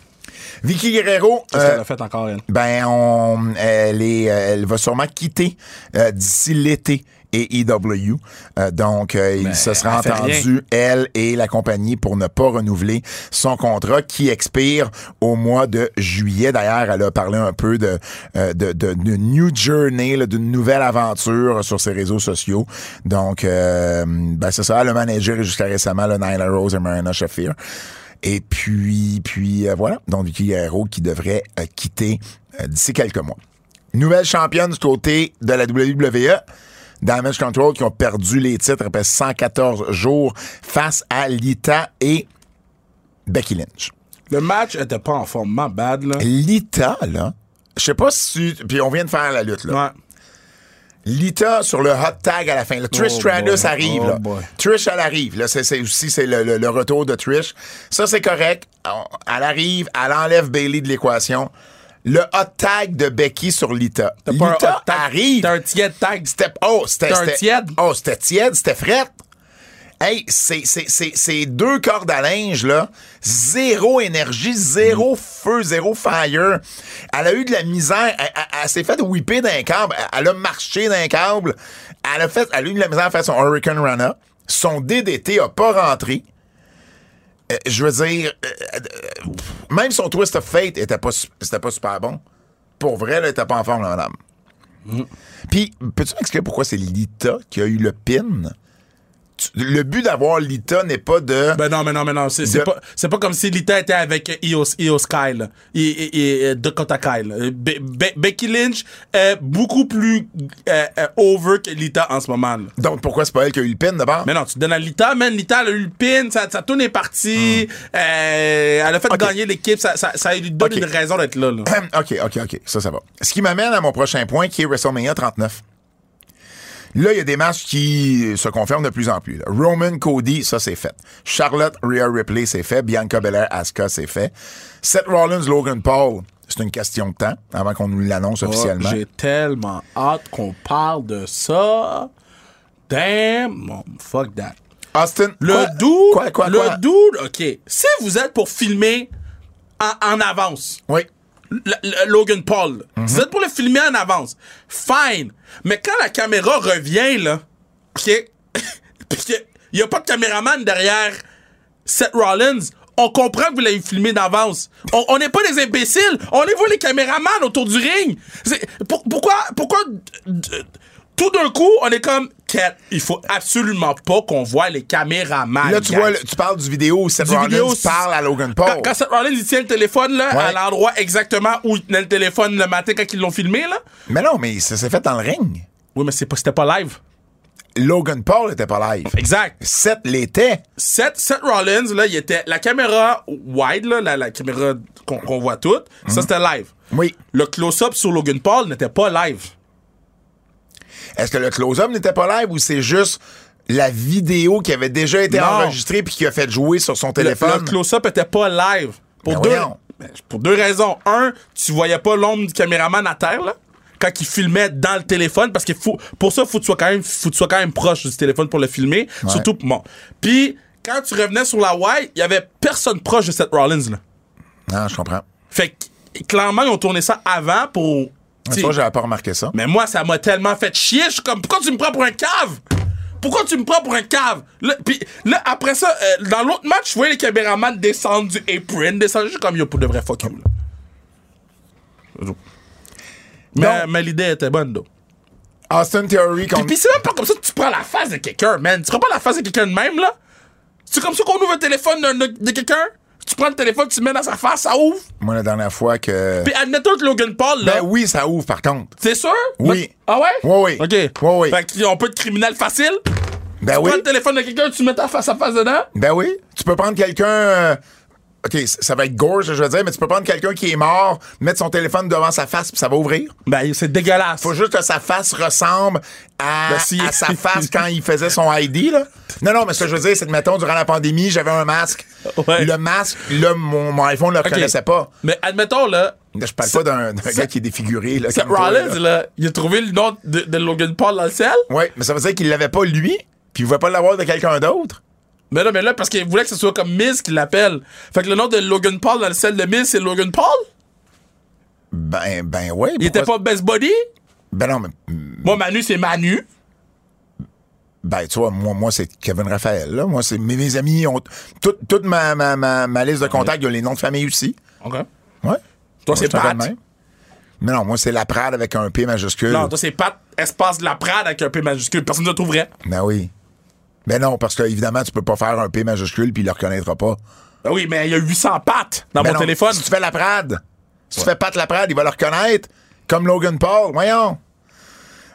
Speaker 2: Vicky Guerrero,
Speaker 3: Qu'est-ce qu'elle
Speaker 2: euh,
Speaker 3: a fait encore, elle?
Speaker 2: ben, on, elle, est, euh, elle va sûrement quitter euh, d'ici l'été et EW. Euh, donc, euh, il se sera
Speaker 3: Ben, elle fait
Speaker 2: entendu, elle et la compagnie, pour ne pas renouveler son contrat qui expire au mois de juillet. D'ailleurs, elle a parlé un peu de, euh, de, de- de New Journey, là, d'une nouvelle aventure sur ses réseaux sociaux. Donc, euh, ben, c'est ça, le manager est jusqu'à récemment, le Nyla Rose et Marina Shafir. Et puis, puis euh, voilà, donc Vicky Guerrero qui devrait euh, quitter euh, d'ici quelques mois. Nouvelle championne du côté de la WWE. Damage Control qui ont perdu les titres après 114 jours face à Lita et Becky Lynch.
Speaker 3: Le match était pas en forme, ma bad, là.
Speaker 2: Lita, là, je sais pas si... tu- Puis on vient de faire la lutte, là.
Speaker 3: Ouais.
Speaker 2: Lita sur le hot tag à la fin. Là, Trish
Speaker 3: Oh
Speaker 2: Stratus
Speaker 3: boy.
Speaker 2: arrive.
Speaker 3: Oh
Speaker 2: là.
Speaker 3: boy.
Speaker 2: Trish, elle arrive. Là, c'est, c'est aussi c'est le, le- le retour de Trish. Ça, c'est correct. On- elle arrive, elle enlève Bailey de l'équation. Le hot tag de Becky sur Lita.
Speaker 3: T'as pas un
Speaker 2: Lita
Speaker 3: hot tag.
Speaker 2: arrive.
Speaker 3: T'as un tiède tag.
Speaker 2: C'était, oh, c'était,
Speaker 3: T'as un
Speaker 2: c'était-
Speaker 3: tiède.
Speaker 2: Oh, c'était tiède, c'était frette. Hey, c'est, c'est, c'est, c'est deux cordes à linge, là. Zéro énergie, zéro
Speaker 3: Mm.
Speaker 2: feu, zéro fire. Elle a eu de la misère. Elle, elle- elle s'est faite whipper d'un câble. Elle, elle a marché d'un câble. Elle a, fait, elle a eu de la misère à faire son Hurricane Rana. Son DDT a pas rentré. Euh, je veux dire, euh, euh, même son Twist of Fate était pas, su- c'était pas super bon. Pour vrai, là, elle était pas en forme, la madame. Puis, peux-tu m'expliquer pourquoi c'est Lita qui a eu le pin? Tu- Le but d'avoir Lita n'est pas de.
Speaker 3: Ben non, mais non, mais non. C'est c'est
Speaker 2: De-
Speaker 3: pas, c'est pas comme si Lita était avec Eos, Eos Kyle et, Dakota Kyle. Euh, Be- Be- Becky Lynch est beaucoup plus euh, euh, over que Lita en ce moment. là.
Speaker 2: Donc, pourquoi c'est pas elle qui a eu le pin d'abord?
Speaker 3: Mais non, tu te donnes à Lita, man. Lita, elle a eu le pin, sa, sa tourne est partie. euh, elle a fait
Speaker 2: Hmm. Ok.
Speaker 3: gagner l'équipe. Ça, ça, ça lui donne
Speaker 2: Ok.
Speaker 3: une raison d'être là. là.
Speaker 2: OK, OK, OK. Ça, ça va. Ce qui m'amène à mon prochain point qui est WrestleMania 39. Là, il y a des matchs qui se confirment de plus en plus. là. Roman Cody, ça c'est fait. Charlotte Rhea Ripley, c'est fait. Bianca Belair, Asuka, c'est fait. Seth Rollins, Logan Paul, c'est une question de temps avant qu'on nous l'annonce officiellement.
Speaker 3: Oh, J'ai tellement hâte qu'on parle de ça. Damn, mon- fuck that.
Speaker 2: Austin,
Speaker 3: Le
Speaker 2: quoi?
Speaker 3: doux,
Speaker 2: Quoi, quoi,
Speaker 3: le
Speaker 2: quoi?
Speaker 3: dude, OK. Si vous êtes pour filmer en, en avance,
Speaker 2: Oui.
Speaker 3: le- le- Logan Paul, là,
Speaker 2: Mhm.
Speaker 3: si vous êtes pour le filmer en avance, fine. Mais quand la caméra revient, là, OK, puis qu'il n'y a pas de caméraman derrière Seth Rollins, on comprend que vous l'avez filmé d'avance. On on n'est pas des imbéciles. On les voit les caméramans autour du ring. C'est- pour- pourquoi, pourquoi d- d- tout d'un coup, on est comme, Cat, il faut absolument pas qu'on voit les caméramans.
Speaker 2: Là, tu
Speaker 3: guys.
Speaker 2: vois, le- tu parles du vidéo où Seth
Speaker 3: Du
Speaker 2: Rollins
Speaker 3: vidéo,
Speaker 2: parle à Logan Paul.
Speaker 3: Quand, quand Seth Rollins, il tient le téléphone, là,
Speaker 2: Oh. Ouais.
Speaker 3: à l'endroit exactement où il tenait le téléphone le matin quand ils l'ont filmé, là.
Speaker 2: Mais non, mais ça s'est fait dans le ring.
Speaker 3: Oui, mais c'est pas- c'était pas live.
Speaker 2: Logan Paul était pas live.
Speaker 3: Exact.
Speaker 2: Seth l'était.
Speaker 3: Seth, Seth Rollins, là, il était. La caméra wide, là, la, la caméra qu'on qu'on voit toute, ça c'était live.
Speaker 2: Oui.
Speaker 3: Le close-up sur Logan Paul n'était pas live.
Speaker 2: Est-ce que le close-up n'était pas live ou c'est juste la vidéo qui avait déjà été
Speaker 3: Non.
Speaker 2: enregistrée puis qui a fait jouer sur son
Speaker 3: Le,
Speaker 2: téléphone?
Speaker 3: le close-up était pas live. Pour
Speaker 2: Ben
Speaker 3: deux,
Speaker 2: voyons.
Speaker 3: ben, pour deux raisons. Un, tu voyais pas l'ombre du caméraman à terre, là. Quand il filmait dans le téléphone, parce que faut, pour ça, faut que tu sois quand même, faut que tu sois quand même proche du téléphone pour le filmer. Surtout pour moi. Puis, quand tu revenais sur la wide, il y avait personne proche de Seth Rollins, là.
Speaker 2: Non, je comprends.
Speaker 3: Fait que, clairement, ils ont tourné ça avant pour.
Speaker 2: Tu
Speaker 3: t'sais,
Speaker 2: vois, j'avais pas remarqué ça.
Speaker 3: Mais moi, ça m'a tellement fait chier. Je suis comme, pourquoi tu me prends pour un cave? Pourquoi tu me prends pour un cave? Là, puis là, après ça, euh, dans l'autre match, je voyais les caméramans descendre du apron, descendre. Je suis comme, yo, pour de vrai, fuck you. là. Mais,
Speaker 2: Donc-
Speaker 3: mais l'idée était bonne, donc.
Speaker 2: Austin Theory
Speaker 3: Puis,
Speaker 2: contre.
Speaker 3: puis c'est même pas comme ça que tu prends la face de quelqu'un, man. Tu prends pas la face de quelqu'un de même, là. C'est comme ça qu'on ouvre le téléphone d'un- de, de quelqu'un. Tu prends le téléphone, tu le mets dans sa face, ça ouvre.
Speaker 2: Moi, la dernière fois que.
Speaker 3: Puis admettons que Logan Paul, là.
Speaker 2: Ben oui, ça ouvre par contre.
Speaker 3: C'est sûr?
Speaker 2: Oui.
Speaker 3: Ah ouais?
Speaker 2: Oui, oui.
Speaker 3: OK.
Speaker 2: Oui, oui.
Speaker 3: Fait qu'on peut être criminel facile.
Speaker 2: Ben
Speaker 3: Tu
Speaker 2: oui.
Speaker 3: Prends le téléphone de quelqu'un, tu mets ta face à face dedans.
Speaker 2: Ben oui. Tu peux prendre quelqu'un. euh, OK, c- ça va être gorge, je veux dire, mais tu peux prendre quelqu'un qui est mort, mettre son téléphone devant sa face, puis ça va ouvrir.
Speaker 3: Ben, c'est dégueulasse.
Speaker 2: Faut juste que sa face ressemble à,
Speaker 3: Ben, si-
Speaker 2: à sa face quand il faisait son ID, là. Non, non, mais ce que je veux dire, c'est que, mettons, durant la pandémie, j'avais un masque.
Speaker 3: Ouais.
Speaker 2: Le masque, là, mon, mon iPhone ne le
Speaker 3: Ok.
Speaker 2: reconnaissait pas.
Speaker 3: Mais admettons, là.
Speaker 2: Je parle pas
Speaker 3: Seth-
Speaker 2: d'un d'un
Speaker 3: Seth-
Speaker 2: gars qui est défiguré, là.
Speaker 3: Seth
Speaker 2: comme toi,
Speaker 3: Rollins,
Speaker 2: là.
Speaker 3: là, il a trouvé le nom de, de Logan Paul dans le ciel.
Speaker 2: Ouais, mais ça veut dire qu'il l'avait pas lui, puis il pouvait pas l'avoir de quelqu'un d'autre.
Speaker 3: Mais là, mais là, parce qu'il voulait que ce soit comme Miz qui l'appelle. Fait que le nom de Logan Paul dans le sel de Miz, c'est Logan Paul?
Speaker 2: Ben, ben ouais.
Speaker 3: Il était pas Best Body?
Speaker 2: Ben non, mais.
Speaker 3: Moi, Manu, c'est Manu.
Speaker 2: Ben, tu vois, moi, moi c'est Kevin Raphaël. Là. Moi, c'est mes, mes amis ont. tout- toute ma, ma, ma, ma liste de contacts, il y a les noms de famille aussi.
Speaker 3: OK.
Speaker 2: Ouais.
Speaker 3: Toi,
Speaker 2: Moi,
Speaker 3: c'est
Speaker 2: je t'appelle
Speaker 3: Pat.
Speaker 2: même. Mais non, moi, c'est la Prade avec un P majuscule.
Speaker 3: Non, toi, c'est Pat, espace la Prade avec un P majuscule. Personne ne le trouverait.
Speaker 2: Ben oui. Ben non, parce que évidemment, tu peux pas faire un P majuscule puis il le reconnaîtra pas.
Speaker 3: Ben oui, mais il y a 800 pattes dans
Speaker 2: Ben
Speaker 3: mon
Speaker 2: non,
Speaker 3: téléphone.
Speaker 2: Si tu fais la Prade, si tu fais Pat la Prade, il va le reconnaître. Comme Logan Paul, voyons.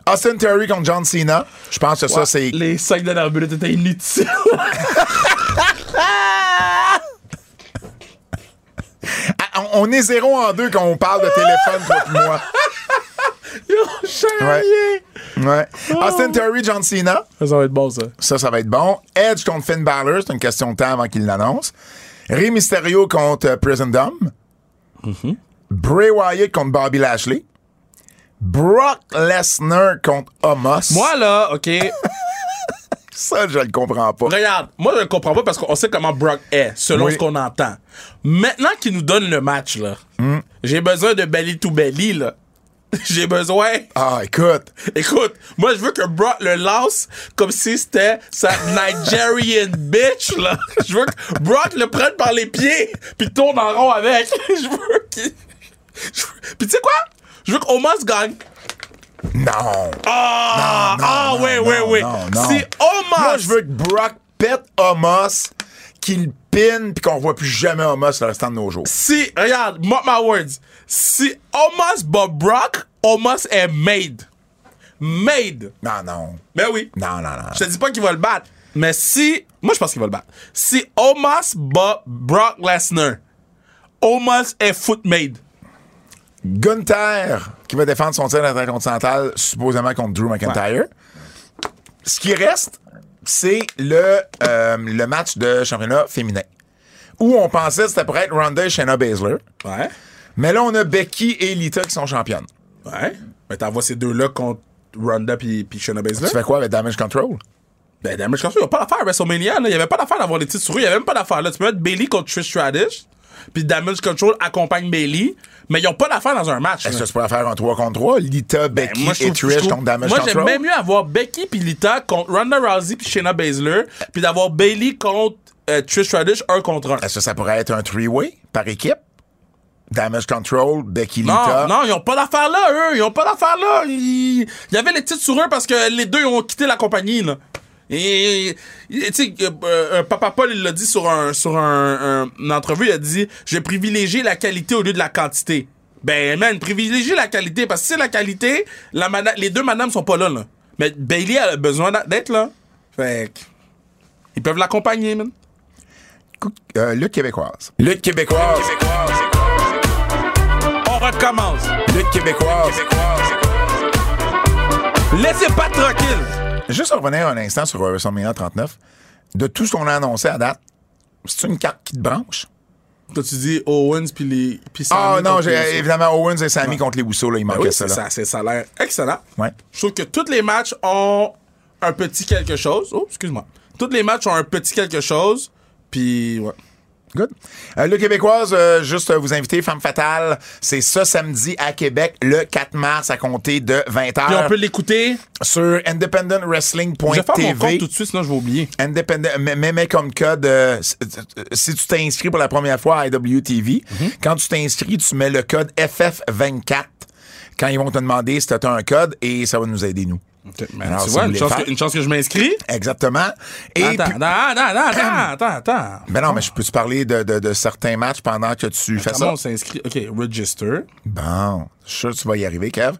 Speaker 2: Austin Terry contre John Cena. Je pense que ça, c'est.
Speaker 3: Ah, Les 5 de l'ambulance étaient inutiles.
Speaker 2: Ah, on- On est zéro en deux quand on parle de téléphone, toi et moi.
Speaker 3: Yo, chérie.
Speaker 2: Ouais. Austin Terry, John Cena.
Speaker 3: Ça, ça va être bon, ça.
Speaker 2: Ça, ça va être bon. Edge contre Finn Balor, c'est une question de temps avant qu'il l'annonce. Rey Mysterio contre euh, Prison Dom.
Speaker 3: Mm-hmm.
Speaker 2: Bray Wyatt contre Bobby Lashley. Brock Lesnar contre Omos.
Speaker 3: Moi, là, OK,
Speaker 2: ça, je le comprends pas.
Speaker 3: regarde. Moi, je ne comprends pas parce qu'on sait comment Brock est, selon
Speaker 2: Oui.
Speaker 3: ce qu'on entend. Maintenant qu'il nous donne le match, là,
Speaker 2: Hmm.
Speaker 3: j'ai besoin de belly to belly, là. J'ai besoin.
Speaker 2: Ah, écoute.
Speaker 3: Écoute, moi, je veux que Brock le lance comme si c'était sa Nigerian bitch, là. Je veux que Brock le prenne par les pieds, puis tourne en rond avec. Je veux qu'il. je veux- Puis tu sais quoi? Je veux qu'Omas gagne.
Speaker 2: Non.
Speaker 3: Ah!
Speaker 2: Non, non,
Speaker 3: ah,
Speaker 2: non,
Speaker 3: ouais,
Speaker 2: non,
Speaker 3: ouais, ouais.
Speaker 2: non, non.
Speaker 3: C'est Omas!
Speaker 2: Moi, je veux que Brock pète Omos, qu'il pine, puis qu'on voit plus jamais Omos le restant de nos jours.
Speaker 3: Si, regarde, mark my words. Si Omas bat Brock, Omas est made. Made.
Speaker 2: Non, non.
Speaker 3: Ben oui.
Speaker 2: Non, non, non.
Speaker 3: Je te dis pas qu'il va le battre, mais si. Moi, je pense qu'il va le battre. Si Omas bat Brock Lesnar, Omas est foot made.
Speaker 2: Gunther, qui va défendre son titre intercontinental, supposément contre Drew McIntyre. Ce qui reste, c'est le, euh, le match de championnat féminin. Où on pensait que c'était pour être Ronda et Shayna Baszler.
Speaker 3: Ouais.
Speaker 2: Mais là, on a Becky et Lita qui sont championnes.
Speaker 3: Ouais. Mais t'envoies ces deux-là contre Ronda puis puis Shayna Baszler.
Speaker 2: Tu fais quoi avec Damage Control?
Speaker 3: Ben, Damage Control, il n'y a pas d'affaire à WrestleMania. Là. Il n'y avait pas d'affaire d'avoir les titres sur eux. Il n'y avait même pas d'affaire. Là. Tu peux mettre Bailey contre Trish Stratus. Puis Damage Control accompagne Bailey. Mais ils n'ont pas d'affaire dans un match.
Speaker 2: Est-ce
Speaker 3: là.
Speaker 2: que tu pourrais faire un 3 contre 3? Lita, Becky
Speaker 3: Ben, Moi, je
Speaker 2: et
Speaker 3: trouve- je
Speaker 2: Trish
Speaker 3: trouve-
Speaker 2: contre Damage
Speaker 3: Moi, j'aime
Speaker 2: Control?
Speaker 3: bien mieux avoir Becky puis Lita contre Ronda Rousey puis Shayna Baszler. Puis d'avoir Bailey contre euh, Trish Stratus un contre un.
Speaker 2: Est-ce que ça pourrait être un three-way par équipe? Damage Control, Becky, Lita.
Speaker 3: Non, non, ils ont pas d'affaire là, eux. Ils ont pas d'affaire là. Ils- Il y avait les titres sur eux parce que les deux ont quitté la compagnie, là. Et, et, tu sais, euh, euh, Papa Paul, il l'a dit sur un, sur un, un- une entrevue, il a dit, j'ai privilégié la qualité au lieu de la quantité. Ben, man, privilégier la qualité, parce que si c'est la qualité, la mana- les deux madames sont pas là, là. Mais Bailey a besoin d'a- d'être là. Fait que, ils peuvent l'accompagner, man.
Speaker 2: Cou- euh, lutte québécoise. Lutte québécoise.
Speaker 3: On recommence.
Speaker 2: Lutte québécoise.
Speaker 3: Laissez pas tranquille.
Speaker 2: Juste revenir un instant sur WrestleMania 39. De tout ce qu'on a annoncé à date, c'est une carte qui te branche?
Speaker 3: Toi, tu dis Owens puis les. puis
Speaker 2: Ah
Speaker 3: Sami
Speaker 2: non,
Speaker 3: contre
Speaker 2: j'ai
Speaker 3: les-
Speaker 2: évidemment Owens et Sammy contre les Usos, là, il manquait
Speaker 3: Oui,
Speaker 2: ça.
Speaker 3: c'est
Speaker 2: là.
Speaker 3: ça, c'est ça a l'air excellent.
Speaker 2: Ouais.
Speaker 3: Je trouve que tous les matchs ont un petit quelque chose. Oh, excuse-moi. Tous les matchs ont un petit quelque chose. Puis, ouais.
Speaker 2: Good. Euh, le Québécoise, euh, juste euh, vous inviter, Femme Fatale, c'est ce samedi à Québec, le 4 mars, à compter de 20h
Speaker 3: Puis on peut l'écouter.
Speaker 2: sur
Speaker 3: Je vais faire mon compte tout
Speaker 2: independentwrestling.tv.
Speaker 3: de suite, sinon je vais oublier.
Speaker 2: Independent, mais, mais- mais comme code, euh, s- euh, si tu t'inscris pour la première fois à IWTV,
Speaker 3: Mhm.
Speaker 2: quand tu t'inscris, tu mets le code FF24 quand ils vont te demander si tu as un code et ça va nous aider, nous.
Speaker 3: Ben,
Speaker 2: Alors,
Speaker 3: tu
Speaker 2: si
Speaker 3: vois,
Speaker 2: vous
Speaker 3: une
Speaker 2: voulez
Speaker 3: chance,
Speaker 2: faire-
Speaker 3: que, une chance que je m'inscris.
Speaker 2: Exactement. Et
Speaker 3: Attends,
Speaker 2: puis-
Speaker 3: attends, attends, attends, attends, attends.
Speaker 2: Ben non, mais je peux te parler de, de- de certains matchs pendant que tu fais
Speaker 3: Comment
Speaker 2: ça.
Speaker 3: on s'inscrit? OK, register.
Speaker 2: Bon, je suis sûr que tu vas y arriver, Kev.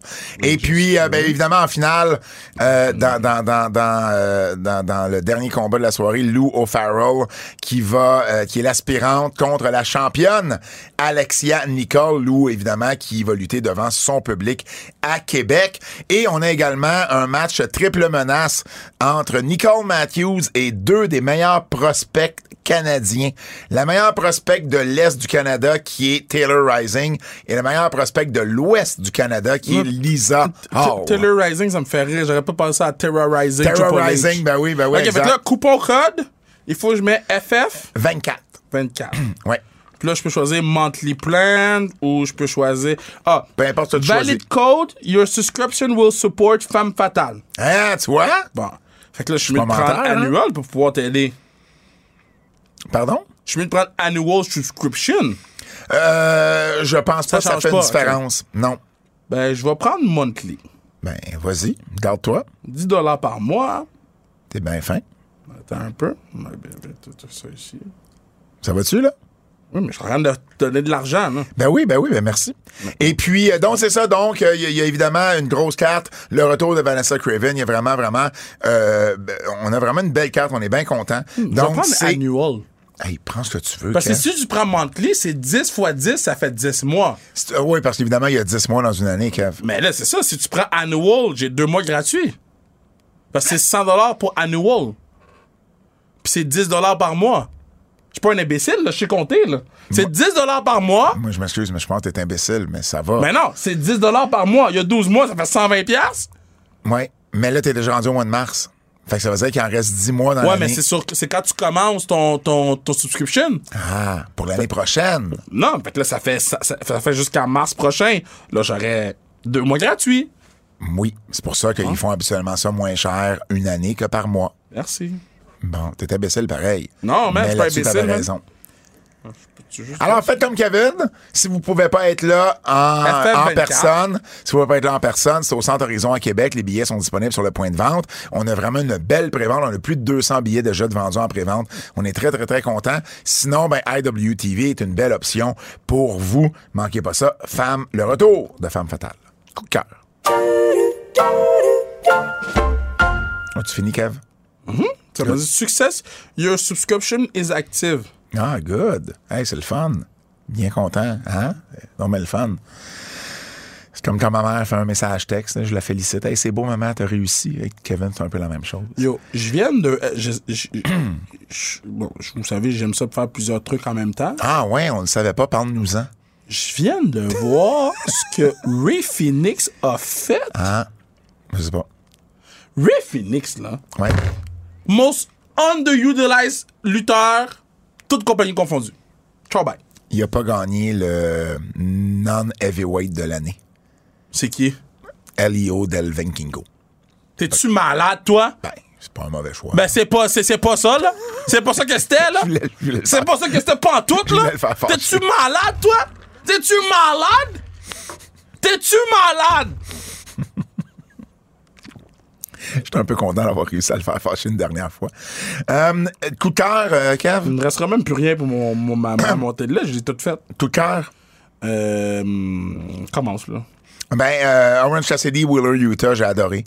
Speaker 2: Et puis, euh, ben, évidemment, en finale, euh, dans, dans, dans, dans, euh, dans- dans le dernier combat de la soirée, Lou O'Farrell, qui va, euh, qui est l'aspirante contre la championne Alexia Nicole. Lou, évidemment, qui va lutter devant son public à Québec. Et on a également un match triple menace entre Nicole Matthews et deux des meilleurs prospects canadiens. La meilleure prospect de l'Est du Canada, qui est Taylor Rising, et la meilleure prospect de l'Ouest du Canada, qui
Speaker 3: Mmh.
Speaker 2: est Lisa Hall.
Speaker 3: Terrorizing, Rising, ça me fait rire. J'aurais pas pensé à Terrorizing.
Speaker 2: Terrorizing, ben oui, ben oui,
Speaker 3: OK, fait que
Speaker 2: exact.
Speaker 3: là, coupon code. il faut que je mets FF
Speaker 2: 24.
Speaker 3: 24.
Speaker 2: Ouais.
Speaker 3: Puis là, je peux choisir Monthly Plan ou je peux choisir. Ah,
Speaker 2: Peu importe ce que tu
Speaker 3: Valid
Speaker 2: choisis.
Speaker 3: code, your subscription will support Femme Fatale.
Speaker 2: Hein, tu vois?
Speaker 3: Bon. Fait que là, je suis mieux de
Speaker 2: pas
Speaker 3: prendre
Speaker 2: mental, hein?
Speaker 3: annual pour pouvoir t'aider.
Speaker 2: Pardon?
Speaker 3: Je suis mieux de prendre annual subscription.
Speaker 2: Euh, je pense pas que ça
Speaker 3: change
Speaker 2: fait une
Speaker 3: pas,
Speaker 2: différence. Non.
Speaker 3: Ben, je vais prendre monthly.
Speaker 2: Ben, vas-y, garde-toi.
Speaker 3: 10 dollars par mois.
Speaker 2: T'es bien fin.
Speaker 3: Attends un peu. Ouais, ben, ben, tout, tout ça ici.
Speaker 2: Ça va-tu, là?
Speaker 3: Oui, mais je suis en train de te donner de l'argent, là.
Speaker 2: Ben oui, ben oui, ben merci. Et puis, euh, donc, c'est ça. Donc, euh, il y, a- il y a évidemment une grosse carte. Le retour de Vanessa Craven, il y a vraiment, vraiment... euh, ben, on a vraiment une belle carte. On est bien content.
Speaker 3: Je vais
Speaker 2: donc,
Speaker 3: Hmm, prendre
Speaker 2: c'est...
Speaker 3: annual.
Speaker 2: Hey, prends ce que tu veux.
Speaker 3: Parce que
Speaker 2: Kev.
Speaker 3: si tu prends monthly, c'est 10 fois 10, ça fait 10 mois.
Speaker 2: C'est- euh, oui, parce qu'évidemment, il y a 10 mois dans une année, Kev.
Speaker 3: Mais là, c'est ça. Si tu prends annual, j'ai deux mois gratuits. Parce que c'est 100 dollars pour annual. Puis c'est 10 dollars par mois. Je suis pas un imbécile, là. Je sais compter, là. C'est 10 dollars par mois.
Speaker 2: Moi, je m'excuse, mais je pense que t'es imbécile, mais ça va.
Speaker 3: Mais non, c'est 10 dollars par mois. Il y a 12 mois, ça fait 120 pièces.
Speaker 2: Ouais. Mais là, t'es déjà rendu au mois de mars. Fait que ça veut dire qu'il en reste 10 mois dans
Speaker 3: Ouais,
Speaker 2: l'année.
Speaker 3: mais c'est sûr que c'est quand tu commences ton, ton, ton subscription.
Speaker 2: Ah, pour l'année prochaine.
Speaker 3: Non, fait que là, ça fait, ça, ça- ça fait jusqu'à mars prochain. Là, j'aurais deux mois gratuits.
Speaker 2: Oui, c'est pour ça qu'ils
Speaker 3: Ah.
Speaker 2: font habituellement ça moins cher une année que par mois.
Speaker 3: Merci.
Speaker 2: Bon, t'es imbécile pareil.
Speaker 3: Non, man, je suis pas
Speaker 2: là-dessus, t'avais
Speaker 3: imbécile, hein. man.
Speaker 2: raison. Alors, faites comme Kevin. Si vous pouvez pas être là en, en
Speaker 3: FM24.
Speaker 2: personne, si vous pouvez pas être là en personne, c'est au Centre Horizon à Québec. Les billets sont disponibles sur le point de vente. On a vraiment une belle prévente. On a plus de 200 billets déjà de vendus en prévente. On est très, très, très contents. Sinon, ben, IWTV est une belle option pour vous. Manquez pas ça. Femme, le retour de Femme Fatale. Coup de cœur. As-tu fini, Kev?
Speaker 3: Ça veut dire success, your subscription is active.
Speaker 2: Ah, good. Hey, c'est le fun. Bien content, hein? Non, mais le fun. C'est comme quand ma mère fait un message texte, là, je la félicite. Hey, c'est beau, maman, t'as réussi. Hey, Kevin, c'est un peu la même chose.
Speaker 3: Yo, je viens de. euh, je- je- je- bon, je- vous savez, j'aime ça faire plusieurs trucs en même temps.
Speaker 2: Ah ouais, on ne savait pas, parle-nous-en.
Speaker 3: Je viens de voir ce que Ray Phoenix a fait.
Speaker 2: Je sais pas.
Speaker 3: Ray Phoenix, là,
Speaker 2: Ouais.
Speaker 3: most underutilized lutteur, toute compagnie confondue. Ciao, bye.
Speaker 2: Il a pas gagné le non-heavyweight de l'année.
Speaker 3: C'est qui?
Speaker 2: Elio Del Venkingo.
Speaker 3: T'es-tu malade, toi?
Speaker 2: Ben, c'est pas un mauvais choix.
Speaker 3: Ben, c'est pas, c'est, c'est pas ça, là. C'est pas ça que c'était, là.
Speaker 2: voulais- je voulais le
Speaker 3: C'est
Speaker 2: faire.
Speaker 3: pas ça que c'était pas en tout,
Speaker 2: Je
Speaker 3: là.
Speaker 2: voulais le faire fâcher.
Speaker 3: T'es-tu malade, toi? T'es-tu malade? T'es-tu malade?
Speaker 2: J'étais un peu content d'avoir réussi à le faire fâcher une dernière fois. Euh, coup de cœur, euh,
Speaker 3: Il
Speaker 2: Kev?
Speaker 3: me restera même plus rien pour mon, mon, ma, ma montée de là. J'ai tout fait.
Speaker 2: Coup de cœur?
Speaker 3: Euh, hum, commence, là.
Speaker 2: Ben, euh, Orange Cassidy, Wheeler, Utah, j'ai adoré.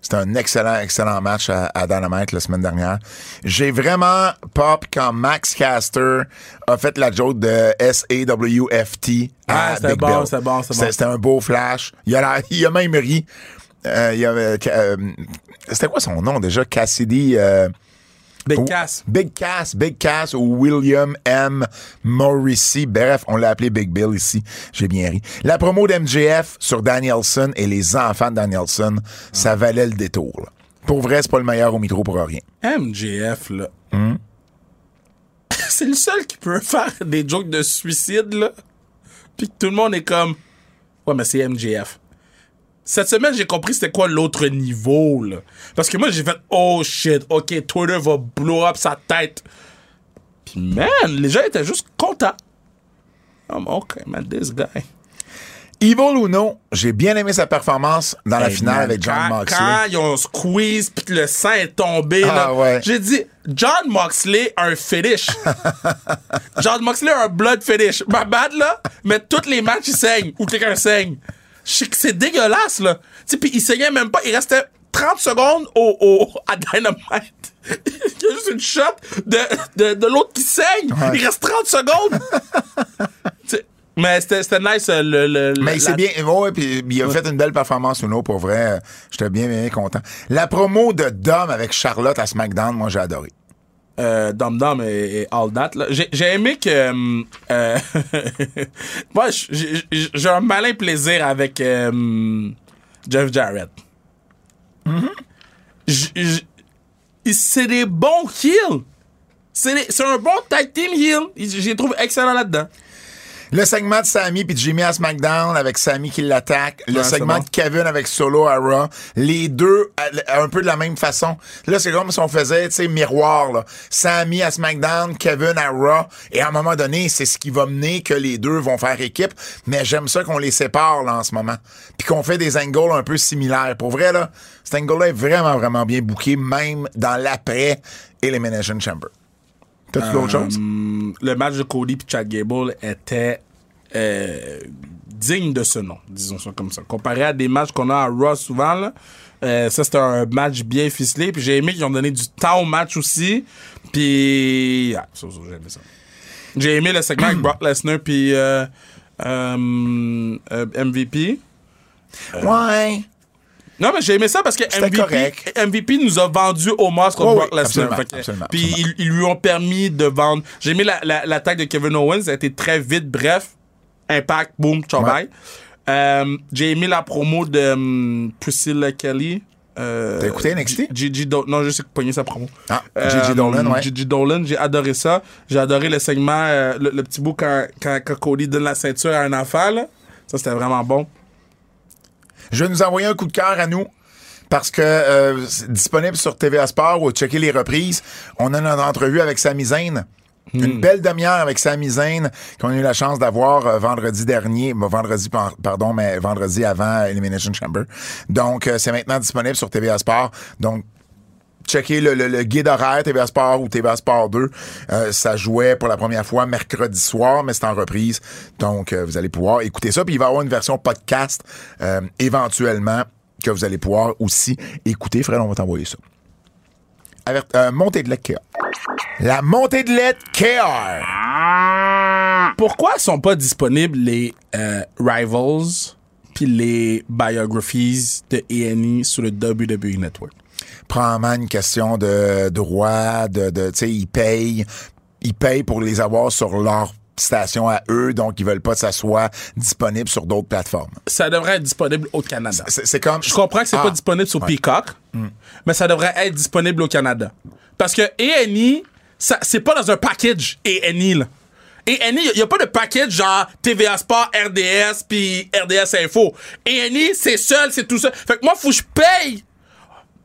Speaker 2: C'était un excellent, excellent match à, à Dynamite la semaine dernière. J'ai vraiment pop quand Max Caster a fait la joke de SAWFT à
Speaker 3: Ah, c'était
Speaker 2: Big
Speaker 3: bon,
Speaker 2: Bill.
Speaker 3: c'était bon, c'était bon.
Speaker 2: C'était un beau flash. Il a, l'air- il a même ri. Euh, il y avait, euh, c'était quoi son nom déjà? Cassidy... euh,
Speaker 3: Big
Speaker 2: ou-
Speaker 3: Cass.
Speaker 2: Big Cass, Big Cass ou William M. Morrissey. Bref, on l'a appelé Big Bill ici. J'ai bien ri. La promo d'MJF sur Danielson et les enfants de Danielson,
Speaker 3: Ah.
Speaker 2: ça valait le détour. là. Pour vrai, c'est pas le meilleur au micro pour rien.
Speaker 3: MJF, là. c'est le seul qui peut faire des jokes de suicide, là. Puis que tout le monde est comme. Ouais, mais c'est MJF. Cette semaine, j'ai compris c'était quoi l'autre niveau, là. Parce que moi, j'ai fait Oh shit, ok, Twitter va blow up sa tête. Puis man, les gens étaient juste contents. I'm ok, man, this guy.
Speaker 2: Evil ou non, j'ai bien aimé sa performance dans la finale avec John
Speaker 3: quand,
Speaker 2: Moxley.
Speaker 3: Quand ils ont squeeze puis que le sang est tombé,
Speaker 2: Ah,
Speaker 3: là,
Speaker 2: ouais.
Speaker 3: j'ai dit John Moxley a un finish. John Moxley a un blood finish. Ma bad, là, mais tous les matchs, il saigne ou quelqu'un saigne. Je sais que C'est dégueulasse, là. Tu sais, puis il saignait même pas. Il restait 30 secondes au, au, à Dynamite. il y a juste une shot de, de, de l'autre qui saigne. Il reste 30 secondes. Tu sais, mais c'était c'était nice, euh, le. le
Speaker 2: Mais c'est
Speaker 3: la-
Speaker 2: bien. Ouais, puis il a fait une belle performance, Uno, pour vrai. J'étais bien, bien content. La promo de Dom avec Charlotte à SmackDown, moi, j'ai adoré.
Speaker 3: euh, Dom Dom et, et All That. là. J'ai j'ai aimé que... hum, euh, moi, j'- j'- j'- j'ai un malin plaisir avec hum, Jeff Jarrett. J- j- il- C'est des bons kills. C'est les- c'est un bon tag team heel. Il- Je les trouve excellents là-dedans.
Speaker 2: Le segment de Sammy puis de Jimmy à SmackDown avec Sammy qui l'attaque. Le
Speaker 3: Ouais, c'est
Speaker 2: segment
Speaker 3: bon.
Speaker 2: de Kevin avec Solo à Raw. Les deux à- à un peu de la même façon. Là, c'est comme si on faisait, tu sais, miroir, là. Sammy à SmackDown, Kevin à Raw. Et à un moment donné, c'est ce qui va mener que les deux vont faire équipe. Mais j'aime ça qu'on les sépare, là, en ce moment. Puis qu'on fait des angles un peu similaires. Pour vrai, là, cet angle-là est vraiment, vraiment bien booké, même dans l'après Elimination Chamber. T'as-tu d'autres
Speaker 3: Euh,
Speaker 2: choses?
Speaker 3: Le match de Cody et Chad Gable était euh, digne de ce nom, disons ça comme ça. Comparé à des matchs qu'on a à Raw souvent, là, euh, ça c'était un match bien ficelé. Puis j'ai aimé qu'ils ont donné du temps au match aussi. Puis. Ah, ça, ça, j'ai aimé ça. J'ai aimé le segment avec Brock Lesnar puis euh, euh, euh, MVP. euh,
Speaker 2: Ouais.
Speaker 3: Non, mais j'ai aimé ça parce que
Speaker 2: C'était
Speaker 3: MVP,
Speaker 2: correct.
Speaker 3: MVP nous a vendu au masque contre
Speaker 2: Oui,
Speaker 3: Brock
Speaker 2: oui,
Speaker 3: Lesnar.
Speaker 2: absolument,
Speaker 3: Fait que-
Speaker 2: absolument,
Speaker 3: Puis
Speaker 2: absolument.
Speaker 3: Ils, ils lui ont permis de vendre. J'ai aimé la- la- l'attaque de Kevin Owens. Ça a été très vite, bref. Impact, boom, ciao
Speaker 2: Ouais.
Speaker 3: bye. Euh, j'ai aimé la promo de hum, Priscilla Kelly. Euh,
Speaker 2: T'as écouté NXT?
Speaker 3: Gigi Dolan. Non, je sais pogner sa promo. Euh,
Speaker 2: Ah, Gigi Dolan, ouais.
Speaker 3: Gigi Dolan, j'ai adoré ça. J'ai adoré le segment, euh, le, le petit bout quand, quand, quand Cody donne la ceinture à un enfant. là. Ça, c'était vraiment bon.
Speaker 2: Je vais nous envoyer un coup de cœur à nous. Parce que euh, c'est disponible sur TVA Sport ou checker les reprises, on a notre entrevue avec Sami Zayn. Une belle demi-heure avec Sami Zayn qu'on a eu la chance d'avoir euh, vendredi dernier, bah, vendredi par- pardon, mais vendredi avant Elimination Chamber. Donc euh, c'est maintenant disponible sur TVA Sport. Donc checker le, le- le guide horaire TVA Sport ou TVA Sport 2. Euh, ça jouait pour la première fois mercredi soir, mais c'est en reprise. Donc, euh, vous allez pouvoir écouter ça. Puis, il va y avoir une version podcast euh, éventuellement que vous allez pouvoir aussi écouter. Fred, on va t'envoyer ça. Avert- euh, montée de lait KR. La montée de lait KR.
Speaker 3: pourquoi sont pas disponibles les euh, Rivals puis les biographies de A&E sur le WWE Network?
Speaker 2: Probablement une question de droit, de, de tu sais, ils payent, ils payent pour les avoir sur leur station à eux, donc ils veulent pas que ça soit disponible sur d'autres plateformes.
Speaker 3: Ça devrait être disponible au Canada.
Speaker 2: C'est c'est comme.
Speaker 3: Je comprends que c'est
Speaker 2: Ah,
Speaker 3: pas disponible sur Peacock, mais ça devrait être disponible au Canada. Parce que A&E, ça- c'est pas dans un package A&E, là. A&E, il n'y a pas de package genre TVA Sport, RDS, puis RDS Info. A&E, c'est seul, c'est tout seul. Fait que moi, faut que je paye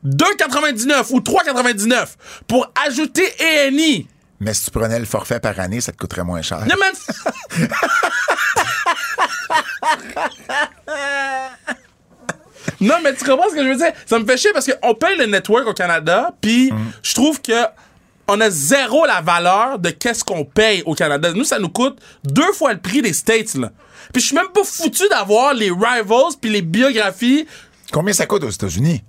Speaker 3: 2,99 ou 3,99 pour ajouter E. A&E.
Speaker 2: Mais si tu prenais le forfait par année, ça te coûterait moins cher.
Speaker 3: Non, mais... non, mais tu comprends ce que je veux dire? Ça me fait chier parce qu'on paye le network au Canada, puis je trouve que on a zéro la valeur de qu'est-ce qu'on paye au Canada. Nous, ça nous coûte deux fois le prix des States, là. Puis je suis même pas foutu d'avoir les rivals puis les biographies.
Speaker 2: Combien ça coûte aux États-Unis?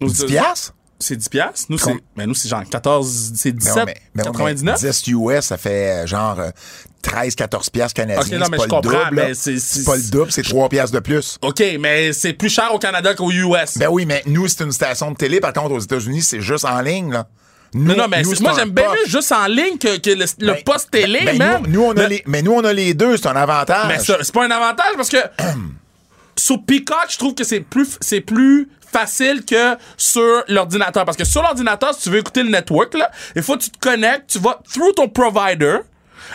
Speaker 2: 10 piastres?
Speaker 3: C'est 10 piastres? Nous, c'est,
Speaker 2: Com-
Speaker 3: mais nous, c'est genre 14, c'est
Speaker 2: Mais
Speaker 3: 17,
Speaker 2: non, mais- mais non, mais
Speaker 3: 99.
Speaker 2: 10 US, ça fait euh, genre euh, 13, 14 piastres canadiens.
Speaker 3: Ok, non,
Speaker 2: c'est
Speaker 3: mais je
Speaker 2: pas le
Speaker 3: comprends,
Speaker 2: double. là.
Speaker 3: mais c'est- c'est-
Speaker 2: C'est pas le double, c'est 3 piastres de plus.
Speaker 3: OK, mais c'est plus cher au Canada qu'aux US.
Speaker 2: Ben oui, mais nous, c'est une station de télé. Par contre, aux États-Unis, c'est juste en ligne, là. Nous-
Speaker 3: Non, non, mais
Speaker 2: nous,
Speaker 3: c'est-
Speaker 2: c'est
Speaker 3: moi,
Speaker 2: un
Speaker 3: j'aime bien
Speaker 2: poste.
Speaker 3: mieux juste en ligne que, que le, le
Speaker 2: Ben,
Speaker 3: poste télé,
Speaker 2: ben,
Speaker 3: man.
Speaker 2: nous, nous, on a
Speaker 3: Mais-
Speaker 2: les, mais nous, on a les deux, c'est un avantage.
Speaker 3: Mais ça, c'est pas un avantage parce que sur Peacock, je trouve que c'est plus, c'est plus facile que sur l'ordinateur. Parce que sur l'ordinateur, si tu veux écouter le network, là, il faut que tu te connectes, tu vas through ton provider.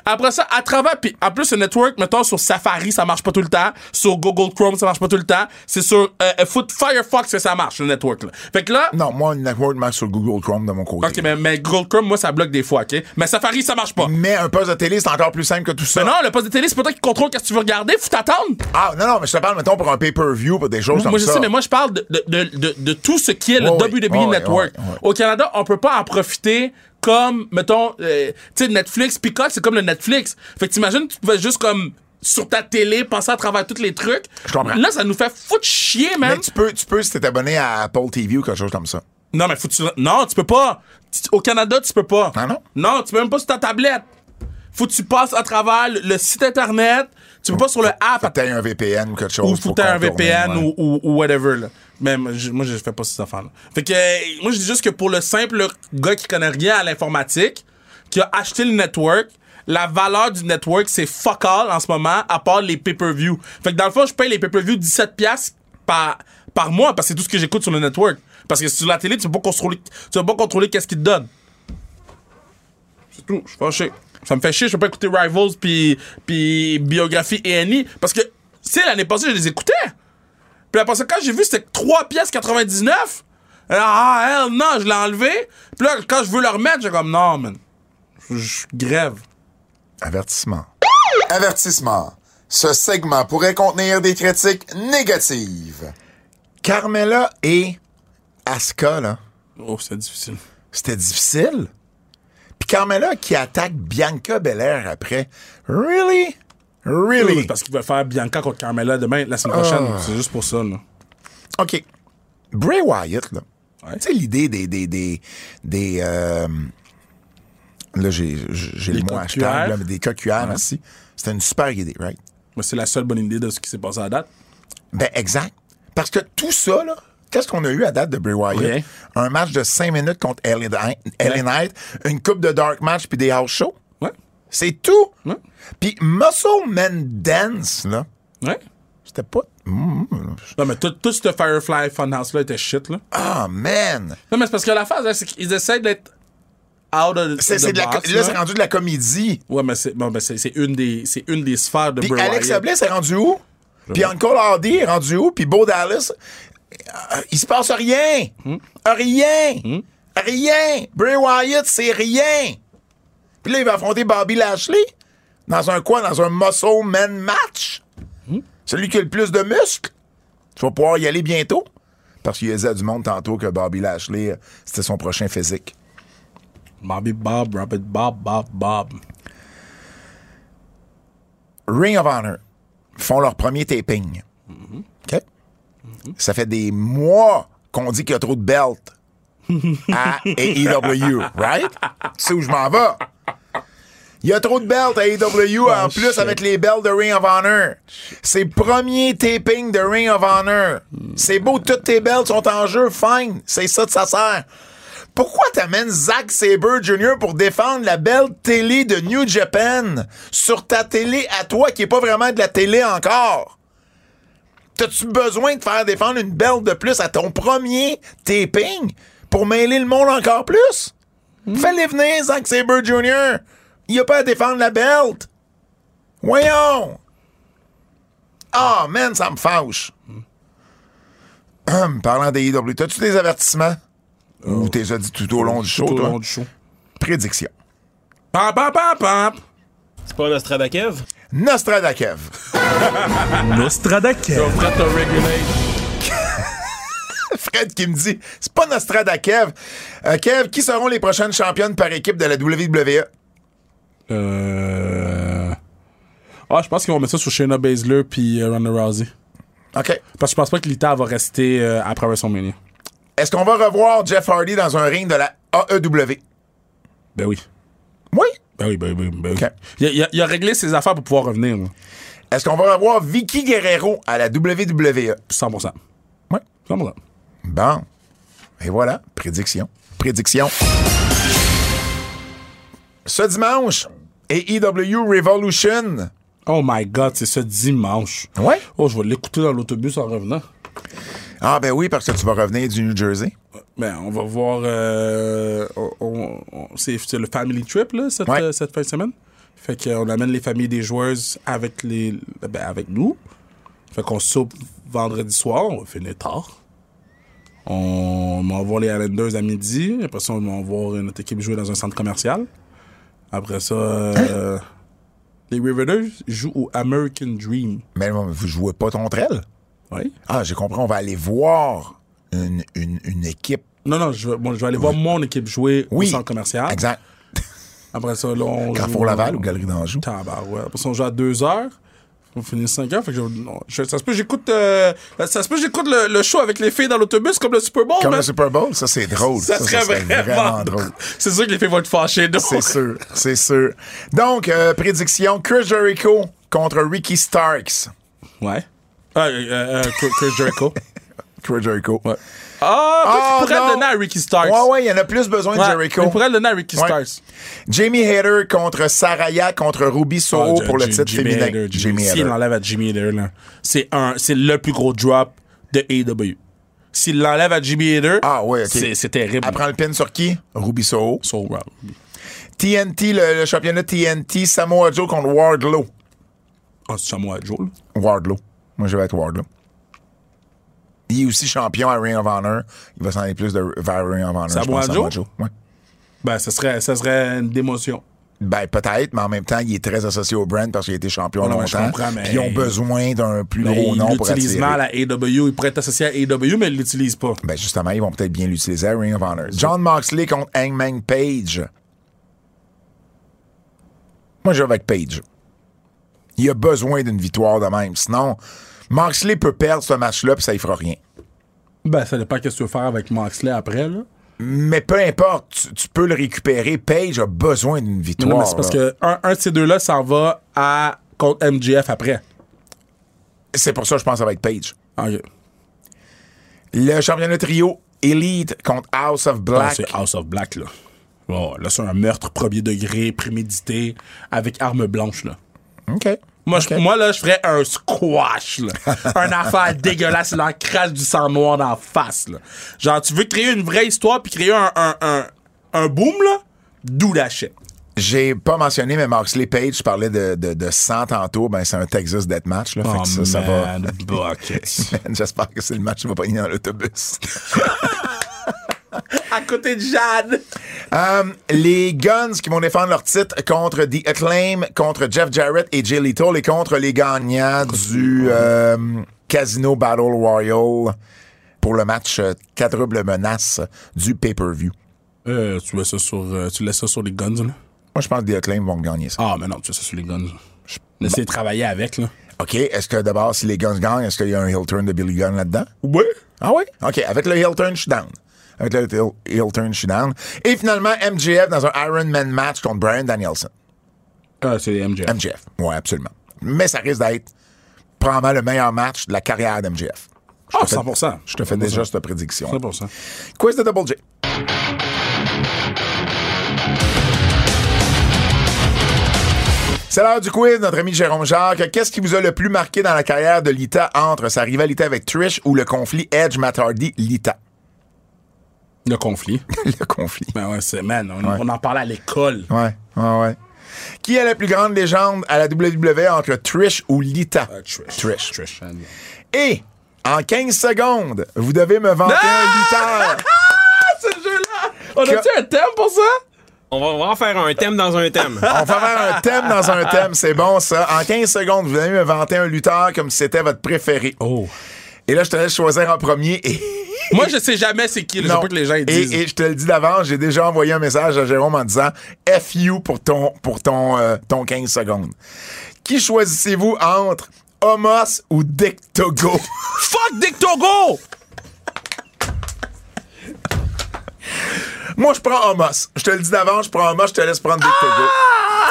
Speaker 3: Après ça, à travers, puis en plus, le network, mettons, sur Safari, ça marche pas tout le temps. Sur Google Chrome, ça marche pas tout le temps. C'est sur euh, Foot- Firefox que ça marche, le network, là. Fait que là,
Speaker 2: Non, moi, le network marche sur Google Chrome de mon côté.
Speaker 3: OK, mais, mais Google Chrome, moi, ça bloque des fois, OK? Mais Safari, ça marche pas.
Speaker 2: Mais un poste de télé, c'est encore plus simple que tout ça.
Speaker 3: Mais Ben non, le poste de télé, c'est pas toi qui contrôle qu'est-ce que tu veux regarder, faut t'attendre.
Speaker 2: Ah, non, non, mais je te parle, mettons, pour un pay-per-view, pour des choses
Speaker 3: Moi,
Speaker 2: comme
Speaker 3: je
Speaker 2: ça.
Speaker 3: sais, mais moi, je parle de, de, de, de- de tout ce qui est le
Speaker 2: Ouais, ouais.
Speaker 3: WWE
Speaker 2: Ouais, ouais,
Speaker 3: Network.
Speaker 2: ouais, ouais.
Speaker 3: Au Canada, on peut pas en profiter comme, mettons, euh, tu sais, Netflix, Peacock, c'est comme le Netflix. Fait que t'imagines, tu pouvais juste comme sur ta télé, passer à travers tous les trucs.
Speaker 2: Je comprends.
Speaker 3: Là, ça nous fait foutre chier,
Speaker 2: Mais
Speaker 3: man.
Speaker 2: tu peux, tu peux si t'es abonné à Apple TV ou quelque chose comme ça.
Speaker 3: Non, mais faut que tu... Non, tu peux pas. Tu- Au Canada, tu peux pas.
Speaker 2: Ah non?
Speaker 3: Non, tu peux même pas sur ta tablette. Faut que tu passes à travers le, le site Internet. Tu peux pas sur le app.
Speaker 2: Faut que t'aies un VPN ou quelque chose.
Speaker 3: ou
Speaker 2: pour
Speaker 3: foutre un
Speaker 2: contourner,
Speaker 3: VPN
Speaker 2: ouais.
Speaker 3: ou, ou, ou whatever. Là. Même, je- moi, je fais pas ces affaires-là. Fait que, euh, moi, je dis juste que pour le simple gars qui connaît rien à l'informatique, qui a acheté le network, la valeur du network, c'est fuck all en ce moment, à part les pay-per-view. Fait que dans le fond, je paye les pay-per-view 17$ piastres par, par mois parce que c'est tout ce que j'écoute sur le network. Parce que sur la télé, tu peux pas contrôler, tu peux pas contrôler qu'est-ce qu'il te donne. C'est tout. Je suis fâché. Ça me fait chier. Je peux pas écouter Rivals puis puis Biographie et Annie parce que, tu sais, l'année passée, je les écoutais. Puis après ça, quand j'ai vu, c'était 3 pièces 99. Ah, hell non, je l'ai enlevé. Puis là, quand je veux le remettre, j'ai comme, non, man. Je grève.
Speaker 2: Avertissement.
Speaker 4: Avertissement. Ce segment pourrait contenir des critiques négatives.
Speaker 2: Carmela et Asuka, là,
Speaker 3: Oh, c'est difficile.
Speaker 2: c'était difficile. Puis Carmela qui attaque Bianca Belair après. Really?
Speaker 3: Oui,
Speaker 2: Really?
Speaker 3: Parce qu'il va faire Bianca contre Carmela demain, la semaine prochaine. C'est juste pour ça, là.
Speaker 2: OK. Bray Wyatt, là.
Speaker 3: Ouais.
Speaker 2: Tu sais, l'idée des. des, des, des, euh, là, j'ai j'ai
Speaker 3: Des
Speaker 2: le mot
Speaker 3: coques
Speaker 2: hashtag,
Speaker 3: cuillères.
Speaker 2: là, mais des coques cuillères, merci. C'était une super idée, right?
Speaker 3: Moi, c'est la seule bonne idée de ce qui s'est passé à la date.
Speaker 2: Ben, exact. Parce que tout ça, là, qu'est-ce qu'on a eu à date de Bray Wyatt?
Speaker 3: Rien.
Speaker 2: Un match de 5 minutes contre Ellen Knight, une coupe de dark match puis des house shows.
Speaker 3: Ouais.
Speaker 2: C'est tout.
Speaker 3: Ouais.
Speaker 2: Puis Muscle Man Dance, là,
Speaker 3: Ouais.
Speaker 2: c'était pas... Mm, mm.
Speaker 3: Non, mais tout, tout ce Firefly Funhouse-là était shit, là.
Speaker 2: Ah, man!
Speaker 3: Non, mais c'est parce que la phase, là, c'est qu'ils essaient d'être out of the,
Speaker 2: C'est, c'est
Speaker 3: the
Speaker 2: de la, co-
Speaker 3: box,
Speaker 2: là,
Speaker 3: là.
Speaker 2: c'est rendu de la comédie.
Speaker 3: Ouais, mais c'est, bon, ben, c'est, c'est une des, c'est une des sphères de
Speaker 2: Puis
Speaker 3: Bray
Speaker 2: Alex
Speaker 3: Wyatt.
Speaker 2: Bliss est rendu où? Puis Uncle Hardy est rendu où? Puis Bo Dallas, euh, il se passe rien!
Speaker 3: Hmm.
Speaker 2: Rien! Rien! Bray Wyatt, c'est rien! Puis là, il va affronter Bobby Lashley dans un quoi? Dans un muscle man match?
Speaker 3: Hmm.
Speaker 2: Celui qui a le plus de muscles? Tu vas pouvoir y aller bientôt? Parce qu'il disait à du monde tantôt que Bobby Lashley, euh, c'était son prochain physique.
Speaker 3: Bobby Bob, Robert Bob, Bob, Bob.
Speaker 2: Ring of Honor font leur premier taping. OK? Ça fait des mois qu'on dit qu'il y a trop de belts à AEW, right? Tu sais où je m'en vais? Il y a trop de belts à AEW en plus avec les belts de Ring of Honor. C'est le premier taping de Ring of Honor. C'est beau, toutes tes belts sont en jeu, fine. C'est ça que ça sert. Pourquoi t'amènes Zack Sabre Jr. pour défendre la belle télé de New Japan sur ta télé à toi qui est pas vraiment de la télé encore? T'as-tu besoin de faire défendre une belle de plus à ton premier taping pour mêler le monde encore plus?
Speaker 3: Hmm.
Speaker 2: Fais-les venir, Zack Sabre Jr. Il a pas à défendre la belt. Voyons! Ah, man, ça me fâche. Hum, Parlant des IW, t'as-tu des avertissements? Ou t'es déjà dit tout au long du show,
Speaker 3: Euh, Tout au
Speaker 2: toi?
Speaker 3: long du show.
Speaker 2: Prédiction.
Speaker 3: Pam, pam, pam, pam.
Speaker 5: C'est pas Nostradakev?
Speaker 2: Nostradakev.
Speaker 3: Yo, prête to regulate.
Speaker 2: Fred qui me dit, c'est pas Nostradakev. Euh, Kev, qui seront les prochaines championnes par équipe de la E? WWE?
Speaker 3: Euh... Ah, je pense qu'ils vont mettre ça sur Shayna Baszler puis euh, Ronda Rousey.
Speaker 2: OK.
Speaker 3: Parce que je pense pas que Lita va rester euh, après WrestleMania.
Speaker 2: Est-ce qu'on va revoir Jeff Hardy dans un ring de la E AEW?
Speaker 3: Ben oui.
Speaker 2: Oui.
Speaker 3: Ben oui, ben oui, ben oui.
Speaker 2: Ok.
Speaker 3: Il, a, il a- il a réglé ses affaires pour pouvoir revenir. là.
Speaker 2: Est-ce qu'on va revoir Vicky Guerrero à la WWE?
Speaker 3: 100%.
Speaker 2: Oui.
Speaker 3: 100%.
Speaker 2: Bon. Et voilà, prédiction. Prédiction. Ce dimanche, AEW Revolution.
Speaker 3: Oh my God, c'est ce dimanche.
Speaker 2: Ouais.
Speaker 3: Oh, je vais l'écouter dans l'autobus en revenant.
Speaker 2: Ah ben oui, parce que tu vas revenir du New Jersey.
Speaker 3: Ben, on va voir. euh, on- on- on- c'est c'est le family trip, là, cette,
Speaker 2: Ouais.
Speaker 3: euh, cette fin de semaine. Fait qu'on amène les familles des joueuses avec, les, ben, avec nous. Fait qu'on soupe vendredi soir, on va finir tard. On va voir les Islanders à midi. Après ça, on va voir notre équipe jouer dans un centre commercial. Après ça,
Speaker 2: Hein?
Speaker 3: euh, les Riveters jouent au American Dream.
Speaker 2: Mais non, vous jouez pas contre elle?
Speaker 3: Oui.
Speaker 2: Ah, j'ai compris, on va aller voir une, une- une équipe.
Speaker 3: Non, non, je vais, bon, je vais aller voir mon équipe jouer
Speaker 2: Oui.
Speaker 3: au centre commercial.
Speaker 2: Exact.
Speaker 3: Après ça, là, on.
Speaker 2: Carrefour
Speaker 3: joue- euh,
Speaker 2: Laval ou Galerie d'Anjou.
Speaker 3: Tabarouette. Après ça, on joue à 2 heures. On finit 5 heures. Fait que je, non, je- ça se peut, j'écoute, euh, ça se peut, j'écoute le, le show avec les filles dans l'autobus comme le Super Bowl.
Speaker 2: Comme
Speaker 3: man.
Speaker 2: le Super Bowl, ça c'est drôle.
Speaker 3: ça, serait vraiment
Speaker 2: drôle.
Speaker 3: C'est sûr que les filles vont être fâchées, donc.
Speaker 2: C'est sûr, c'est sûr. Donc, euh, prédiction, Chris Jericho contre Ricky Starks.
Speaker 3: Ouais. Ah, euh, euh, Chris- Chris Jericho.
Speaker 2: Chris Jericho. Ouais,
Speaker 3: Ah,
Speaker 2: Ah,
Speaker 3: toi, tu pourrais
Speaker 2: non.
Speaker 3: le donner à Ricky Starks.
Speaker 2: ouais, il y en a plus besoin de
Speaker 3: Ouais,
Speaker 2: Jericho.
Speaker 3: Tu pourrais le donner à Ricky
Speaker 2: Ouais.
Speaker 3: Starks.
Speaker 2: Jamie Hader contre Saraya contre Ruby Soho
Speaker 3: Ah,
Speaker 2: pour le
Speaker 3: J-
Speaker 2: titre
Speaker 3: Jimmy
Speaker 2: féminin.
Speaker 3: Hader, Jimmy-
Speaker 2: Jamie
Speaker 3: S'il
Speaker 2: Hader.
Speaker 3: l'enlève à Jimmy Hader, là, c'est un, c'est le plus gros drop de AEW. S'il l'enlève à Jimmy Hader,
Speaker 2: Ah ouais, ok.
Speaker 3: c'est, c'est terrible.
Speaker 2: Elle prend le pin sur qui? Ruby Soho.
Speaker 3: So, wow.
Speaker 2: TNT, le, le championnat TNT, Samoa Joe contre Wardlow.
Speaker 3: Ah, c'est Samoa Joe, là.
Speaker 2: Wardlow. Moi, je vais être Wardlow. Il est aussi champion à Ring of Honor. Il va s'en aller plus de, vers Ring of Honor. je
Speaker 3: Samoa
Speaker 2: pense,
Speaker 3: Joe?
Speaker 2: Ouais.
Speaker 3: Ben, ça serait, ça serait une démotion.
Speaker 2: Ben, peut-être, mais en même temps, il est très associé au brand parce qu'il a été champion
Speaker 3: Ouais, ouais, je
Speaker 2: longtemps.
Speaker 3: comprends, mais-
Speaker 2: Puis Ils ont besoin d'un plus
Speaker 3: Mais
Speaker 2: gros
Speaker 3: il
Speaker 2: nom pour
Speaker 3: l'utilise
Speaker 2: attirer.
Speaker 3: mal à AW. Il pourrait être associé à AW, mais il l'utilise pas.
Speaker 2: Ben, justement, ils vont peut-être bien l'utiliser à Ring of Honor. John Moxley contre Hangman Page. Moi, je vais avec Page. Il a besoin d'une victoire de même. Sinon, Moxley peut perdre ce match-là, puis ça ne fera rien.
Speaker 3: Ben, ça dépend qu'est-ce que tu veux faire avec Moxley après, là.
Speaker 2: Mais peu importe, tu, tu peux le récupérer. Page a besoin d'une victoire.
Speaker 3: Non, mais c'est parce
Speaker 2: là.
Speaker 3: que un, un de ces deux-là s'en va à contre MGF après. Ah,
Speaker 2: C'est pour ça que je pense que ça va être Page.
Speaker 3: Ok.
Speaker 2: Le championnat trio Elite contre House of
Speaker 3: Ah,
Speaker 2: Black.
Speaker 3: C'est House of Black, là. Oh, là, c'est un meurtre premier degré, prémédité, avec arme blanche, là.
Speaker 2: OK.
Speaker 3: Moi, je- moi, là, je ferais un squash, là. un affaire dégueulasse, là, crache du sang noir dans la face, là. Genre, tu veux créer une vraie histoire puis créer un, un, un, un boom, là? D'où la shit.
Speaker 2: J'ai pas mentionné, mais Moxley Page, je parlais de, de, de 100 tantôt. Ben, c'est un Texas Deathmatch. Là, fait que ça, ça va.
Speaker 3: Oh, Man, bucket.
Speaker 2: Man, J'espère que c'est le match qui va pogner dans l'autobus.
Speaker 3: à côté de Jade.
Speaker 2: Euh, les Guns qui vont défendre leur titre contre The Acclaim, contre Jeff Jarrett et Jay Lethal et contre les gagnants du euh, Casino Battle Royale pour le match euh, quadruple menace du pay-per-view.
Speaker 3: Euh, tu, mets ça sur, euh, tu laisses ça sur les guns, là?
Speaker 2: Moi, je pense que The Acclaim vont gagner ça.
Speaker 3: Ah, mais non, tu laisses ça sur les guns. Essaye de travailler avec, là.
Speaker 2: OK, est-ce que d'abord, si les Guns gagnent, est-ce qu'il y a un heel turn de Billy Gunn là-dedans?
Speaker 3: Ouais.
Speaker 2: Ah oui? OK, avec le heel turn, je suis down. Avec le heel- heel turn, je suis down. Et finalement, MJF dans un Iron Man match contre Brian Danielson.
Speaker 3: Ah, c'est les MGF.
Speaker 2: MJF. Ouais, absolument. Mais ça risque d'être probablement le meilleur match de la carrière d'MJF.
Speaker 3: Ah, 100%.
Speaker 2: Je te fais déjà cette prédiction.
Speaker 3: 100%.
Speaker 2: Quiz de Double J. C'est l'heure du quiz, notre ami Jérôme Jacques. Qu'est-ce qui vous a le plus marqué dans la carrière de Lita entre sa rivalité avec Trish ou le conflit Edge-Matt Hardy-Lita?
Speaker 3: Le conflit.
Speaker 2: le conflit.
Speaker 3: Ben ouais, c'est, man, on, on en parlait à l'école.
Speaker 2: Ouais, ouais, ouais. Qui est la plus grande légende à la WWE entre Trish ou Lita?
Speaker 3: Euh, Trish.
Speaker 2: Trish.
Speaker 3: Trish.
Speaker 2: Et, en 15 secondes, vous devez me vanter un lutteur.
Speaker 3: C'est le jeu-là! On
Speaker 2: a-tu
Speaker 3: un thème pour ça?
Speaker 5: On va, on va en faire un thème dans un thème.
Speaker 2: On va faire un thème dans un thème, c'est bon ça. En 15 secondes, vous devez me vanter un lutteur comme si c'était votre préféré.
Speaker 3: Oh.
Speaker 2: Et là, je te laisse choisir en premier. Et...
Speaker 3: Moi, je sais jamais c'est qui. là. Je sais
Speaker 2: Non.
Speaker 3: pas que les gens ils disent.
Speaker 2: et, et je te le dis d'avance, j'ai déjà envoyé un message à Jérôme en disant FU pour ton, pour ton, euh, ton 15 secondes. Qui choisissez-vous entre Homos ou Dick Togo?
Speaker 3: Fuck Dick Togo!
Speaker 2: Moi, je prends Homos. Je te le dis d'avant, je prends Homos, je te laisse prendre Dick Togo.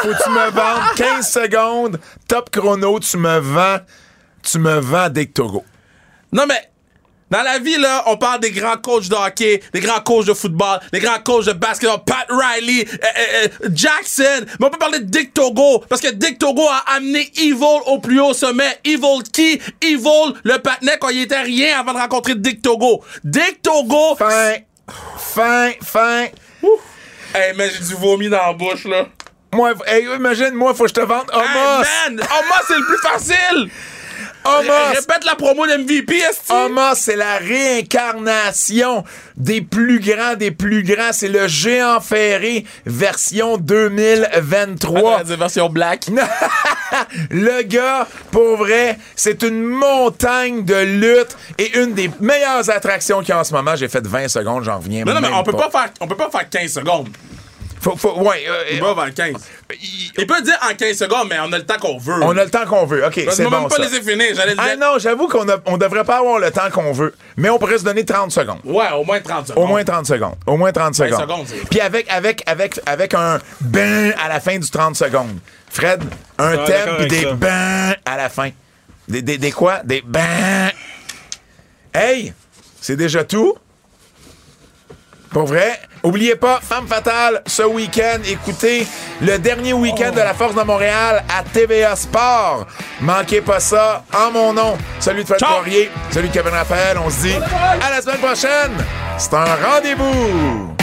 Speaker 2: Faut que tu me vends 15 secondes, top chrono, tu me vends, tu me vends Dick Togo.
Speaker 3: Non, mais. Dans la vie, là, on parle des grands coachs de hockey, des grands coachs de football, des grands coachs de basketball, Pat Riley, euh, euh, euh, Jackson. Mais on peut parler de Dick Togo, parce que Dick Togo a amené Evil au plus haut sommet. Evil qui? Evil, le patinet, quand il était rien avant de rencontrer Dick Togo. Dick Togo,
Speaker 2: Fin, fin, fin.
Speaker 3: Hey, mais j'ai du vomi dans la bouche, là.
Speaker 2: Moi, hey, imagine, moi, faut que je te vende Homos.
Speaker 3: Hey, man! Omos, c'est le plus facile!
Speaker 2: Homos.
Speaker 3: Répète la promo de MVP, est
Speaker 2: Homos, c'est la réincarnation des plus grands, des plus grands. C'est le géant ferré version 2023.
Speaker 3: version black.
Speaker 2: Le gars, pour vrai, c'est une montagne de lutte et une des meilleures attractions qu'il y a en ce moment. J'ai fait 20 secondes, j'en reviens
Speaker 3: Non, non, mais
Speaker 2: même
Speaker 3: on peut pas faire, on peut pas faire 15 secondes.
Speaker 2: Faut- faut- ouais, euh,
Speaker 3: On peut pas faire 15. Il peut dire en 15 secondes, mais on a le temps qu'on veut.
Speaker 2: on a le temps qu'on veut. OK,
Speaker 3: Parce que
Speaker 2: c'est
Speaker 3: moi,
Speaker 2: bon
Speaker 3: même pas
Speaker 2: ça.
Speaker 3: laissé finir, j'allais le
Speaker 2: Ah
Speaker 3: dire.
Speaker 2: non, j'avoue qu'on a- on devrait pas avoir le temps qu'on veut, mais on pourrait se donner 30 secondes.
Speaker 3: Ouais, au moins 30 secondes.
Speaker 2: Au moins 30 secondes. Au moins 30
Speaker 5: Ben,
Speaker 2: secondes.
Speaker 3: secondes, c'est-
Speaker 2: Puis avec, avec, avec, avec un ben à la fin du 30 secondes. Fred, un
Speaker 5: va,
Speaker 2: thème
Speaker 5: d'accord
Speaker 2: puis
Speaker 5: avec
Speaker 2: des
Speaker 5: ça.
Speaker 2: ben à la fin. Des, des, des quoi? Des ben. Hey, c'est déjà tout? Pour vrai, oubliez pas, Femme Fatale, ce week-end, écoutez le dernier week-end de la Force de Montréal à TVA Sport. Manquez pas ça, en mon nom. Celui de Fred
Speaker 3: Ciao.
Speaker 2: Poirier, celui de Kevin Raphaël, on se dit à la semaine prochaine. C'est un rendez-vous.